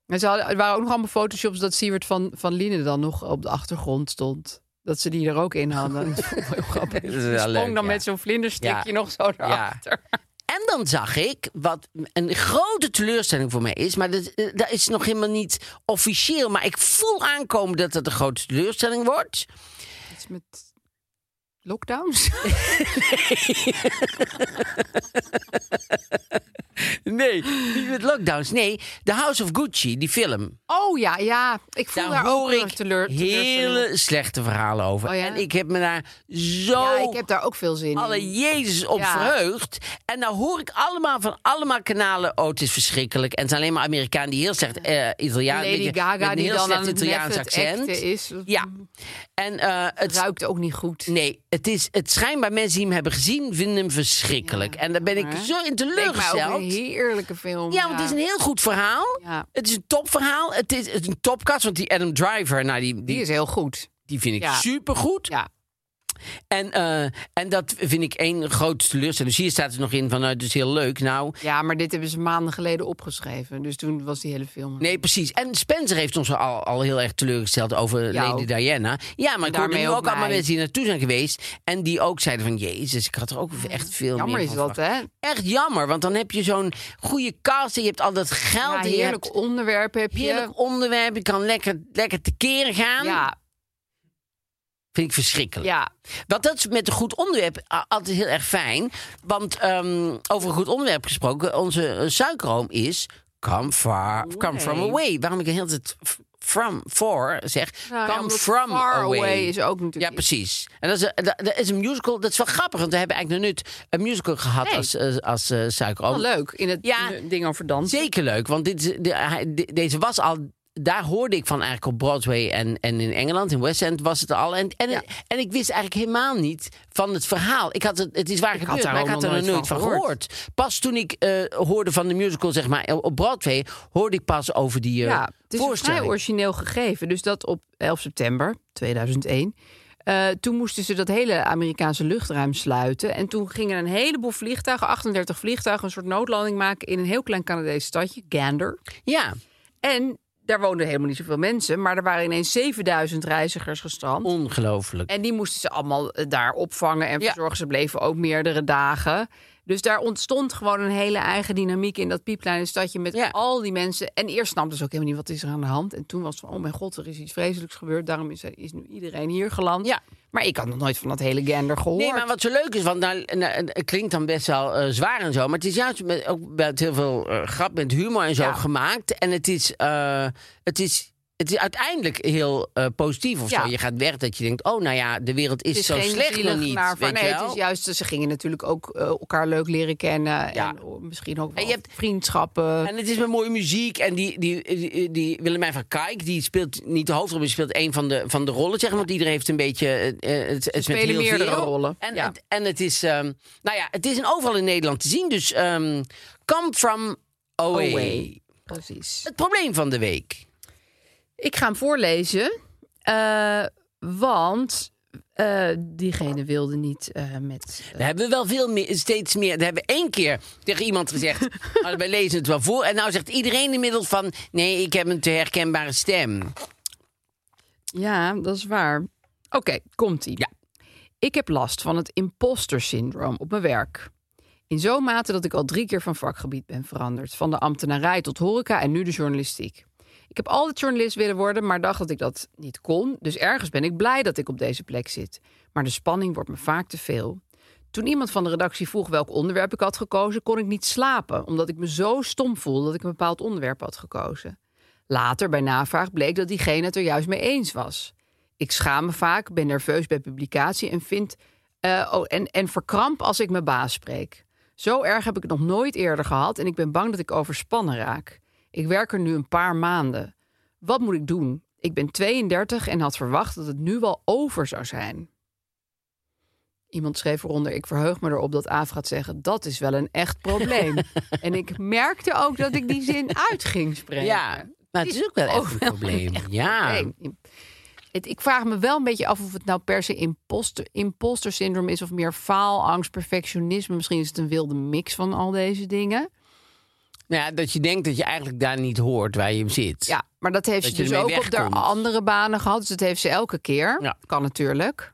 D: En ze hadden, er waren ook nog allemaal photoshops dat Siewert van, van Liene dan nog op de achtergrond stond. Dat ze die er ook in hadden. Dat vond ik heel grappig.
A: Dat
D: Die
A: is wel
D: sprong
A: leuk,
D: dan
A: ja.
D: met zo'n vlinderstikje
A: Ja.
D: nog zo erachter.
A: En dan zag ik, wat een grote teleurstelling voor mij is, maar dat, eh, dat is nog helemaal niet officieel, maar ik voel aankomen dat dat een grote teleurstelling wordt.
D: Iets met lockdowns.
A: Nee, niet met lockdowns. Nee, The House of Gucci, die film.
D: Oh ja, ja. Ik voel daar,
A: Daar
D: ook
A: hoor
D: een
A: ik
D: teleur, teleurstelling.
A: hele slechte verhalen over.
D: Oh ja?
A: En ik heb me daar zo
D: Ja, ik heb daar ook veel zin
A: alle
D: in.
A: Jezus op
D: Mm. Ja.
A: verheugd. En nou hoor ik allemaal van allemaal kanalen. Oh, het is verschrikkelijk. En het zijn alleen maar Amerikanen die heel slecht eh Italiaans.
D: Lady
A: met
D: Gaga
A: een
D: die
A: heel
D: dan
A: slecht
D: aan het
A: Italiaans
D: neffen het
A: accent.
D: acten is. mm,
A: Ja. En eh,
D: Het
A: het,
D: ruikt ook niet goed.
A: nee, het is het schijnbaar mensen die hem hebben gezien vinden hem verschrikkelijk. en daar ben ik
D: maar-
A: zo in
D: Leek mij ook een
A: teleurgesteld.
D: heerlijke film.
A: Ja, want het is een heel goed verhaal.
D: Ja.
A: Het is een topverhaal. Het is, het is een topkast, want die Adam Driver, nou die,
D: Die is heel goed.
A: Die vind ik
D: Ja.
A: supergoed.
D: Ja,
A: En, eh, en dat vind ik één grote teleurstelling. Dus hier staat er nog in van, nou, het is heel leuk. Nou,
D: ja, maar dit hebben ze maanden geleden opgeschreven. Dus toen was die hele film.
A: nee, precies. En Spencer heeft ons al, al heel erg teleurgesteld over
D: Jou.
A: Lady Diana. Ja, maar ik hoorde
D: daarmee
A: nu ook
D: ook
A: allemaal
D: mij.
A: mensen die naartoe zijn geweest... en die ook zeiden van, jezus, ik had er ook echt veel meer
D: Jammer is
A: van
D: dat,
A: verwacht.
D: hè?
A: Echt jammer, want dan heb je zo'n goede cast... en je hebt al dat geld
D: Ja,
A: en je
D: heerlijk
A: hebt
D: onderwerp heb je.
A: heerlijk onderwerp. Je kan lekker, lekker tekeer gaan.
D: Ja,
A: Vind ik verschrikkelijk.
D: ja.
A: Want dat is met een goed onderwerp a- altijd heel erg fijn. Want ehm, over een goed onderwerp gesproken, onze eh, suikeroom is come, far, come from away. Waarom ik de hele tijd f- from, for zeg.
D: Nou, ja,
A: come
D: omdat
A: from
D: Far
A: away.
D: Away is ook natuurlijk
A: Ja,
D: iets.
A: precies. En dat is, een- dat, dat is een musical. Dat is wel grappig, want we hebben eigenlijk nog nooit een musical gehad
D: Nee.
A: als, eh, als eh, suikeroom.
D: Wel leuk in het
A: Ja.
D: in het ding over dansen.
A: Zeker leuk, want dit, is- de- hij- de- deze was al. Daar hoorde ik van eigenlijk op Broadway en, en in Engeland, in West End was het al. En, en,
D: Ja.
A: en ik wist eigenlijk helemaal niet van het verhaal. Ik had het, het is waar
D: had
A: gebeurd,
D: daar
A: maar ik
D: ook
A: had er
D: nog
A: nog
D: nooit
A: nooit van
D: van
A: gehoord. Pas toen ik eh, hoorde van de musical, zeg maar, op Broadway, hoorde ik pas over die eh
D: Ja, het is een vrij
A: voorstelling.
D: origineel gegeven. Dus dat op 11 september 2001. eh, toen moesten ze dat hele Amerikaanse luchtruim sluiten. En toen gingen een heleboel vliegtuigen, 38 vliegtuigen, een soort noodlanding maken in een heel klein Canadees stadje, Gander.
A: ja,
D: En daar woonden helemaal niet zoveel mensen, maar er waren ineens 7000 reizigers gestrand.
A: ongelooflijk.
D: En die moesten ze allemaal eh, daar opvangen en
A: Ja.
D: verzorgen. Ze bleven ook meerdere dagen. Dus daar ontstond gewoon een hele eigen dynamiek in dat piepkleine stadje met
A: Ja.
D: al die mensen. En eerst snapten ze ook helemaal niet wat is er aan de hand. En toen was het van, oh mijn god, er is iets vreselijks gebeurd. Daarom is, is nu iedereen hier geland.
A: Ja.
D: Maar ik had nog nooit van dat hele gander gehoord.
A: Nee, maar wat zo leuk is, want nou, nou, het klinkt dan best wel eh, zwaar en zo. Maar het is juist met, ook met heel veel eh, grap, met humor en zo
D: Ja.
A: gemaakt. En het is, eh, het is, het is uiteindelijk heel eh, positief of
D: Ja.
A: zo. Je gaat weg dat je denkt, oh nou ja, de wereld is,
D: het is
A: zo
D: geen
A: slecht nog
D: zielig
A: niet.
D: naar-
A: weet
D: nee,
A: je
D: het
A: wel?
D: is juist, ze gingen natuurlijk ook eh, elkaar leuk leren kennen.
A: Ja.
D: En oh, misschien ook wel
A: En je hebt-
D: vriendschappen.
A: En het is met mooie muziek. En die, die, die, die Willemijn van Kijk, die speelt niet de hoofdrol, maar die speelt een van de, van de rollen, zeg maar. Want iedereen heeft een beetje... eh, eh, het, het is met
D: spelen
A: heel
D: meerdere
A: veel.
D: rollen,
A: En,
D: ja.
A: het, en het is... ehm, nou ja, het is in overal in Nederland te zien. Dus ehm, come from
D: Oh,
A: away.
D: Away. Precies.
A: Het probleem van de week.
D: Ik ga hem voorlezen. eh, want eh, diegene wilde niet eh, met.
A: We hebben wel veel meer, steeds meer... We hebben één keer tegen iemand gezegd... "Nou, wij lezen het wel voor. En nou zegt iedereen inmiddels van... Nee, ik heb een te herkenbare stem.
D: Ja, dat is waar. Oké, komt-ie.
A: Ja.
D: Ik heb last van het imposter syndroom op mijn werk. In zo'n mate dat ik al drie keer van vakgebied ben veranderd. Van de ambtenarij tot horeca en nu de journalistiek. Ik heb altijd journalist willen worden, maar dacht dat ik dat niet kon. Dus ergens ben ik blij dat ik op deze plek zit. Maar de spanning wordt me vaak te veel. Toen iemand van de redactie vroeg welk onderwerp ik had gekozen, kon ik niet slapen. Omdat ik me zo stom voelde dat ik een bepaald onderwerp had gekozen. Later bij navraag bleek dat diegene het er juist mee eens was. Ik schaam me vaak, ben nerveus bij publicatie en vind eh, oh, en, en verkramp als ik mijn baas spreek. Zo erg heb ik het nog nooit eerder gehad en ik ben bang dat ik overspannen raak. Ik werk er nu een paar maanden. Wat moet ik doen? Ik ben 32 en had verwacht dat het nu wel over zou zijn. Iemand schreef eronder: Ik verheug me erop dat Aaf gaat zeggen: Dat is wel een echt probleem. en ik merkte ook dat ik die zin uit ging spreken.
A: Ja, maar het is ook wel
D: Oh,
A: echt een probleem. Ja.
D: Nee. Het, ik vraag me wel een beetje af of het nou per se imposter, imposter syndroom is of meer faalangst, perfectionisme. Misschien is het een wilde mix van al deze dingen.
A: Nou ja, dat je denkt dat je eigenlijk daar niet hoort waar je hem zit.
D: Ja, maar dat heeft
A: Dat je
D: ze dus
A: ermee
D: ook op haar
A: wegkomt.
D: andere banen gehad. Dus dat heeft ze elke keer.
A: Ja.
D: Kan natuurlijk.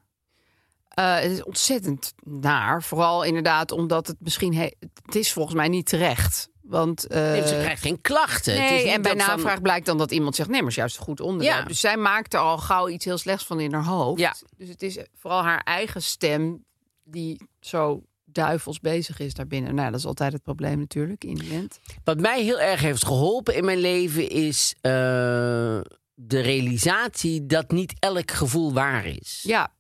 D: Eh, het is ontzettend naar. Vooral inderdaad omdat het misschien... he- het is volgens mij niet terecht. Want, eh,
A: Nee, ze krijgt geen klachten. Het is
D: Nee,
A: niet
D: en bij
A: dat van-
D: navraag blijkt dan dat iemand zegt... nee, maar het is juist een goed onderwerp.
A: Ja.
D: Dus zij maakt er al gauw iets heel slechts van in haar hoofd.
A: Ja.
D: Dus het is vooral haar eigen stem die zo duivels bezig is daarbinnen. Nou, dat is altijd het probleem natuurlijk in die end.
A: Wat mij heel erg heeft geholpen in mijn leven is eh, de realisatie dat niet elk gevoel waar is.
D: Ja,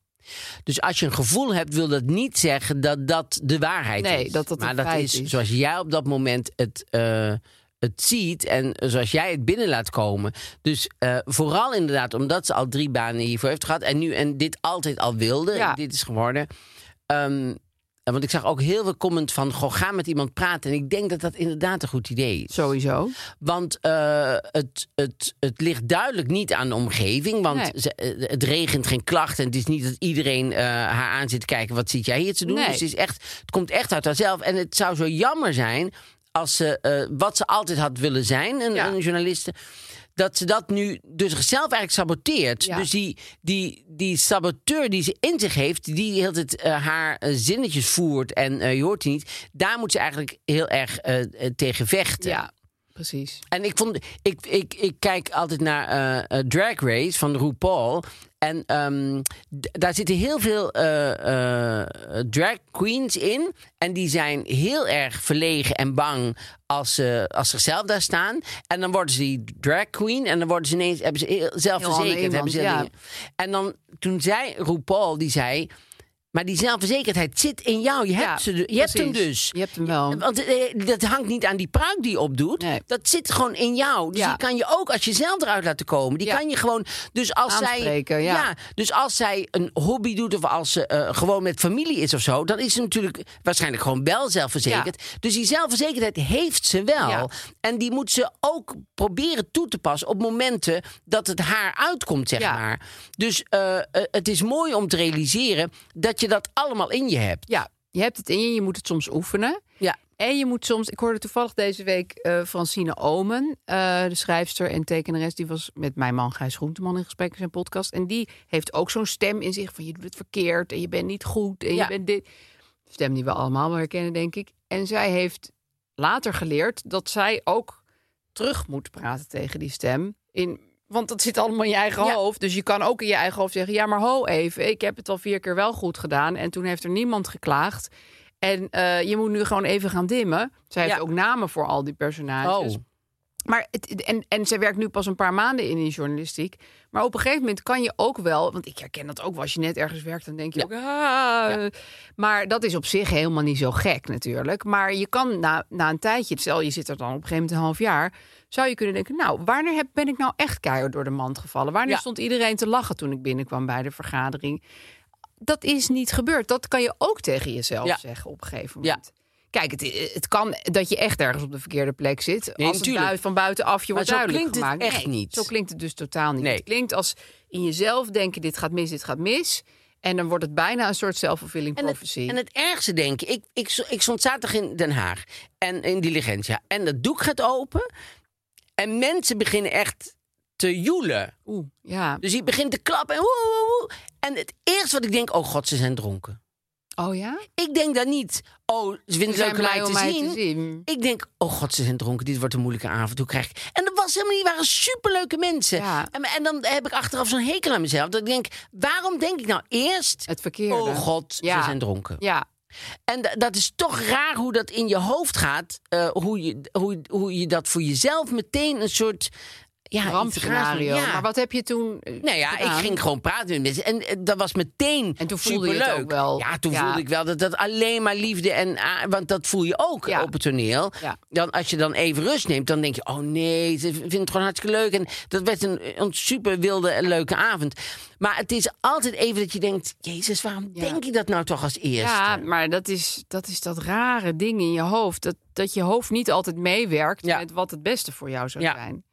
A: Dus als je een gevoel hebt, wil dat niet zeggen dat dat de waarheid is.
D: Nee, dat dat een
A: maar dat
D: feit
A: is,
D: is.
A: zoals jij op dat moment het, eh, het ziet en zoals jij het binnen laat komen. Dus eh, vooral inderdaad, omdat ze al drie banen hiervoor heeft gehad en nu en dit altijd al wilde,
D: Ja.
A: dit is geworden. ehm, Eh, Want ik zag ook heel veel comment van, goh, ga met iemand praten. En ik denk dat dat inderdaad een goed idee is.
D: Sowieso.
A: Want eh, het, het, het ligt duidelijk niet aan de omgeving. Want
D: Nee.
A: ze- eh, het regent geen klachten. Het is niet dat iedereen eh, haar aan zit te kijken. Wat zit jij hier te doen?
D: Nee.
A: Dus het, is echt, het komt echt uit haarzelf. En het zou zo jammer zijn als ze eh, wat ze altijd had willen zijn, een,
D: Ja.
A: een journaliste. Dat ze dat nu dus zichzelf eigenlijk saboteert.
D: Ja.
A: Dus die, die, die saboteur die ze in zich heeft, die heel het haar eh, zinnetjes voert en eh, je hoort die niet. Daar moet ze eigenlijk heel erg eh, eh, tegen vechten.
D: Ja, precies.
A: En ik vond, ik, ik, ik kijk altijd naar eh, eh, Drag Race van RuPaul. En ehm, d- daar zitten heel veel eh, eh, drag queens in. En die zijn heel erg verlegen en bang als ze als ze zichzelf daar staan. En dan worden ze die drag queen. En dan worden ze ineens, hebben ze heel zelfverzekerd.
D: iemand,
A: hebben ze
D: ja.
A: dingen. En dan toen zei RuPaul, die zei... Maar die zelfverzekerdheid zit in jou. Je hebt,
D: Ja,
A: ze, du- je hebt hem
D: precies.
A: dus.
D: Je hebt hem wel.
A: Want eh, dat hangt niet aan die pruik die je opdoet.
D: Nee.
A: Dat zit gewoon in jou. Dus
D: Ja.
A: die kan je ook als je zelf eruit laten komen. Die
D: Ja.
A: kan je gewoon. Dus als
D: Aanspreken,
A: zij.
D: ja.
A: Dus als zij een hobby doet of als ze eh, gewoon met familie is of zo, dan is ze natuurlijk waarschijnlijk gewoon wel zelfverzekerd. Dus die zelfverzekerdheid heeft ze wel.
D: Ja.
A: En die moet ze ook proberen toe te passen op momenten dat het haar uitkomt, zeg
D: Ja.
A: maar. Dus eh, eh, het is mooi om te realiseren dat je dat allemaal in je hebt.
D: Ja, je hebt het in je, je moet het soms oefenen.
A: Ja.
D: En je moet soms, ik hoorde toevallig deze week eh, Francine Omen, eh, de schrijfster en tekenares, die was met mijn man Gijs Groenteman in gesprek in zijn podcast. En die heeft ook zo'n stem in zich van je doet het verkeerd en je bent niet goed en
A: Ja.
D: je bent dit. Stem die we allemaal wel herkennen, denk ik. En zij heeft later geleerd dat zij ook terug moet praten tegen die stem. In, want dat zit allemaal in je eigen
A: Ja.
D: hoofd. Dus je kan ook in je eigen hoofd zeggen: ja, maar ho even, ik heb het al vier keer wel goed gedaan. En toen heeft er niemand geklaagd. En eh, je moet nu gewoon even gaan dimmen. Zij
A: Ja.
D: heeft ook namen voor al die personages.
A: Oh.
D: Maar het- het, en, en zij werkt nu pas een paar maanden in die journalistiek. Maar op een gegeven moment kan je ook wel, want ik herken dat ook wel, als je net ergens werkt, dan denk je ook. "Ah." Maar dat is op zich helemaal niet zo gek natuurlijk. Maar je kan na, na een tijdje, stel je zit er dan op een gegeven moment een half jaar, zou je kunnen denken: Nou, wanneer heb, ben ik nou echt keihard door de mand gevallen? Wanneer
A: Ja.
D: stond iedereen te lachen toen ik binnenkwam bij de vergadering? Dat is niet gebeurd. Dat kan je ook tegen jezelf
A: Ja.
D: zeggen op een gegeven moment. Kijk, het, het kan dat je echt ergens op de verkeerde plek zit.
A: Nee,
D: als het
A: natuurlijk.
D: bui- van buitenaf je
A: Maar
D: wordt
A: zo
D: duidelijk
A: klinkt het
D: gemaakt.
A: echt
D: Nee,
A: niet.
D: Zo klinkt het dus totaal niet.
A: Nee.
D: Het klinkt als in jezelf denken: dit gaat mis, dit gaat mis. En dan wordt het bijna een soort zelfvervulling
A: En het,
D: prophecy.
A: en het ergste denk ik, ik, ik, sto- ik stond zaterdag in Den Haag en in Diligentia. En dat doek gaat open en mensen beginnen echt te joelen.
D: Oeh, ja.
A: Dus die begint te klappen en woe, woe, woe. En het eerste wat ik denk, oh god, ze zijn dronken.
D: Oh ja?
A: Ik denk dan niet, oh, ze vinden
D: Ze
A: het leuk
D: zijn
A: om mij
D: blij
A: te,
D: om mij
A: zien.
D: te zien.
A: Ik denk, oh god, ze zijn dronken, dit wordt een moeilijke avond, hoe krijg ik... En dat was helemaal niet, waren superleuke mensen.
D: Ja.
A: En, en dan heb ik achteraf zo'n hekel aan mezelf, dat ik denk, waarom denk ik nou eerst...
D: Het verkeerde.
A: Oh god,
D: Ja.
A: ze zijn dronken.
D: Ja,
A: En da- dat is toch raar hoe dat in je hoofd gaat. eh, hoe, je, hoe, hoe je dat voor jezelf meteen een soort... Ja, iets
D: rampscenario.
A: raars- ja.
D: Maar wat heb je toen? eh,
A: Nou ja, ik
D: gedaan?
A: ging gewoon praten met mensen. En eh, dat was meteen
D: En toen voelde je het
A: superleuk.
D: ook wel.
A: Ja, toen
D: Ja.
A: voelde ik wel dat dat alleen maar liefde en... a- Want dat voel je ook
D: Ja.
A: op het toneel.
D: Ja.
A: Dan, als je dan even rust neemt, dan denk je... Oh nee, ze vinden het gewoon hartstikke leuk. En dat werd een, een super wilde en leuke avond. Maar het is altijd even dat je denkt... Jezus, waarom
D: Ja.
A: denk ik dat nou toch als eerste?
D: Ja, maar dat is, dat is dat rare ding in je hoofd. Dat, dat je hoofd niet altijd meewerkt
A: Ja.
D: met wat het beste voor jou zou
A: Ja.
D: zijn.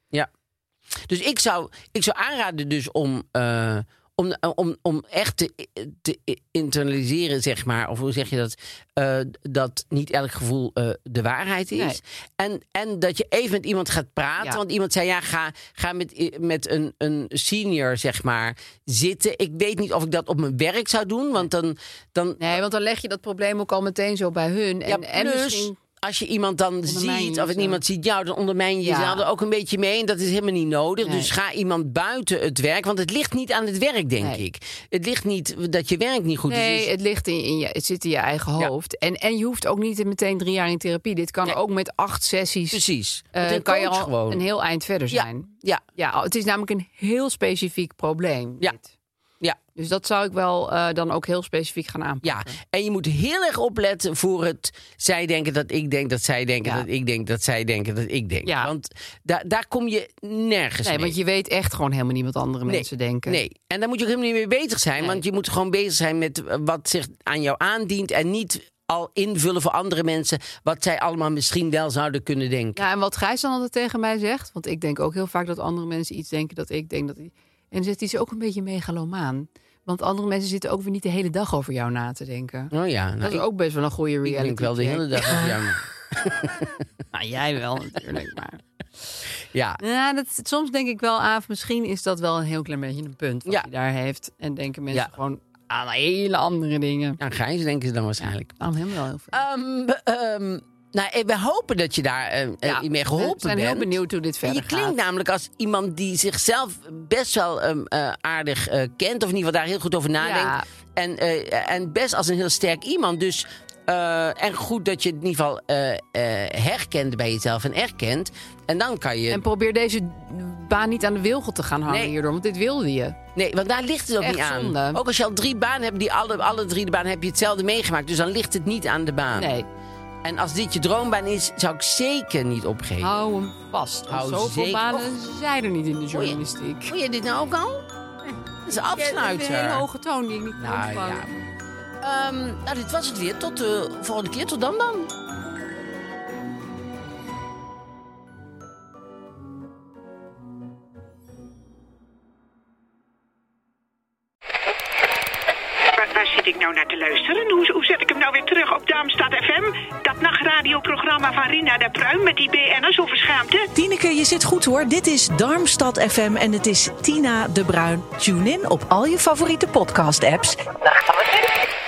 A: Dus ik zou, ik zou aanraden dus om, eh, om, om, om echt te, te internaliseren, zeg maar. Of hoe zeg je dat? eh, dat niet elk gevoel eh, de waarheid is.
D: Nee.
A: En, en dat je even met iemand gaat praten.
D: Ja.
A: Want iemand zei, ja, ga, ga met, eh, met een, een senior, zeg maar, zitten. Ik weet niet of ik dat op mijn werk zou doen. Want dan... dan
D: Nee, want dan leg je dat probleem ook al meteen zo bij hun. En,
A: ja,
D: en
A: plus,
D: misschien
A: als je iemand dan
D: Ondermijn je
A: ziet, of het
D: jezelf.
A: niemand ziet jou, dan ondermijn je
D: Ja.
A: jezelf er ook een beetje mee. En dat is helemaal niet nodig.
D: Nee.
A: Dus ga iemand buiten het werk. Want het ligt niet aan het werk, denk
D: Nee.
A: ik. Het ligt niet dat je werk niet goed is.
D: Nee,
A: Dus-
D: het, ligt in, in je, het zit in je eigen hoofd. En, en je hoeft ook niet meteen drie jaar in therapie. Dit kan
A: Nee.
D: ook met acht sessies.
A: precies.
D: eh,
A: Met een
D: kan je
A: coach
D: al
A: gewoon.
D: een heel eind verder
A: Ja.
D: zijn.
A: Ja,
D: Ja, het is namelijk een heel specifiek probleem.
A: Ja.
D: dit.
A: Ja.
D: Dus dat zou ik wel eh, dan ook heel specifiek gaan
A: ja.
D: aanpakken.
A: En je moet heel erg opletten voor het zij denken dat ik denk, dat zij denken
D: Ja.
A: dat ik denk, dat zij denken dat ik denk.
D: Ja.
A: Want daar daar kom je nergens
D: Nee,
A: mee.
D: want je weet echt gewoon helemaal niet wat andere
A: Nee,
D: mensen denken.
A: Nee, en daar moet je ook helemaal niet mee bezig zijn.
D: Nee.
A: Want je moet gewoon bezig zijn met eh, wat zich aan jou aandient. En niet al invullen voor andere mensen wat zij allemaal misschien wel zouden kunnen denken.
D: Ja, en wat Gijs dan altijd tegen mij zegt, want ik denk ook heel vaak dat andere mensen iets denken dat ik denk dat. En dan zegt hij is ook een beetje megalomaan. Want andere mensen zitten ook weer niet de hele dag over jou na te denken.
A: Oh ja, nou,
D: dat is
A: ik,
D: ook best wel een goede
A: ik
D: reality.
A: denk wel de
D: check.
A: hele dag. over jou na.
D: Nou, jij wel natuurlijk, maar...
A: Ja,
D: Ja, dat, soms denk ik wel, Aaf, misschien is dat wel een heel klein beetje een punt wat
A: Ja.
D: hij daar heeft. En denken mensen
A: Ja.
D: gewoon aan hele andere dingen.
A: aan nou, Gijs denken ze dan waarschijnlijk.
D: Aan hem wel heel veel.
A: Ehm, ehm, nou, eh, we hopen dat je daar eh, eh,
D: Ja,
A: mee geholpen
D: we zijn
A: bent.
D: heel benieuwd hoe dit verder
A: je klinkt
D: gaat.
A: namelijk als iemand die zichzelf best wel ehm, eh, aardig eh, kent. Of in ieder geval daar heel goed over nadenkt. En, eh, en best als een heel sterk iemand. Dus, eh, en goed dat je het in ieder geval eh, eh, herkent bij jezelf en erkent. En dan kan je...
D: En probeer deze baan niet aan de wilgel te gaan hangen
A: Nee.
D: hierdoor, want dit wilde je.
A: Nee, want daar ligt het ook
D: Echt
A: niet aan.
D: zonde.
A: Ook als je al drie banen hebt, die alle, alle drie de banen heb je hetzelfde meegemaakt. Dus dan ligt het niet aan de baan.
D: Nee,
A: En als dit je droombaan is, zou ik zeker niet opgeven.
D: hou hem vast. Want
A: Hou
D: zoveel
A: zeker-
D: banen zijn er niet in de
A: je-
D: journalistiek.
A: Voel je dit nou ook al? Dat is afsluiter.
D: Een hele hoge toon die ik niet kan
A: Nou
D: ontvangen.
A: ja. Ehm, nou, dit was het weer. Tot de volgende keer. Tot dan dan.
F: Waar, waar zit ik nou naar te luisteren? Hoe, hoe zet ik hem nou weer terug op Darmstad FM? Dat nachtradioprogramma van Rina de Pruim met die BN'ers over schaamte?
G: Tineke, je zit goed hoor. Dit is Darmstad FM en het is Tina de Bruin. Tune in op al je favoriete podcast-apps.
H: Nachtradioprogramma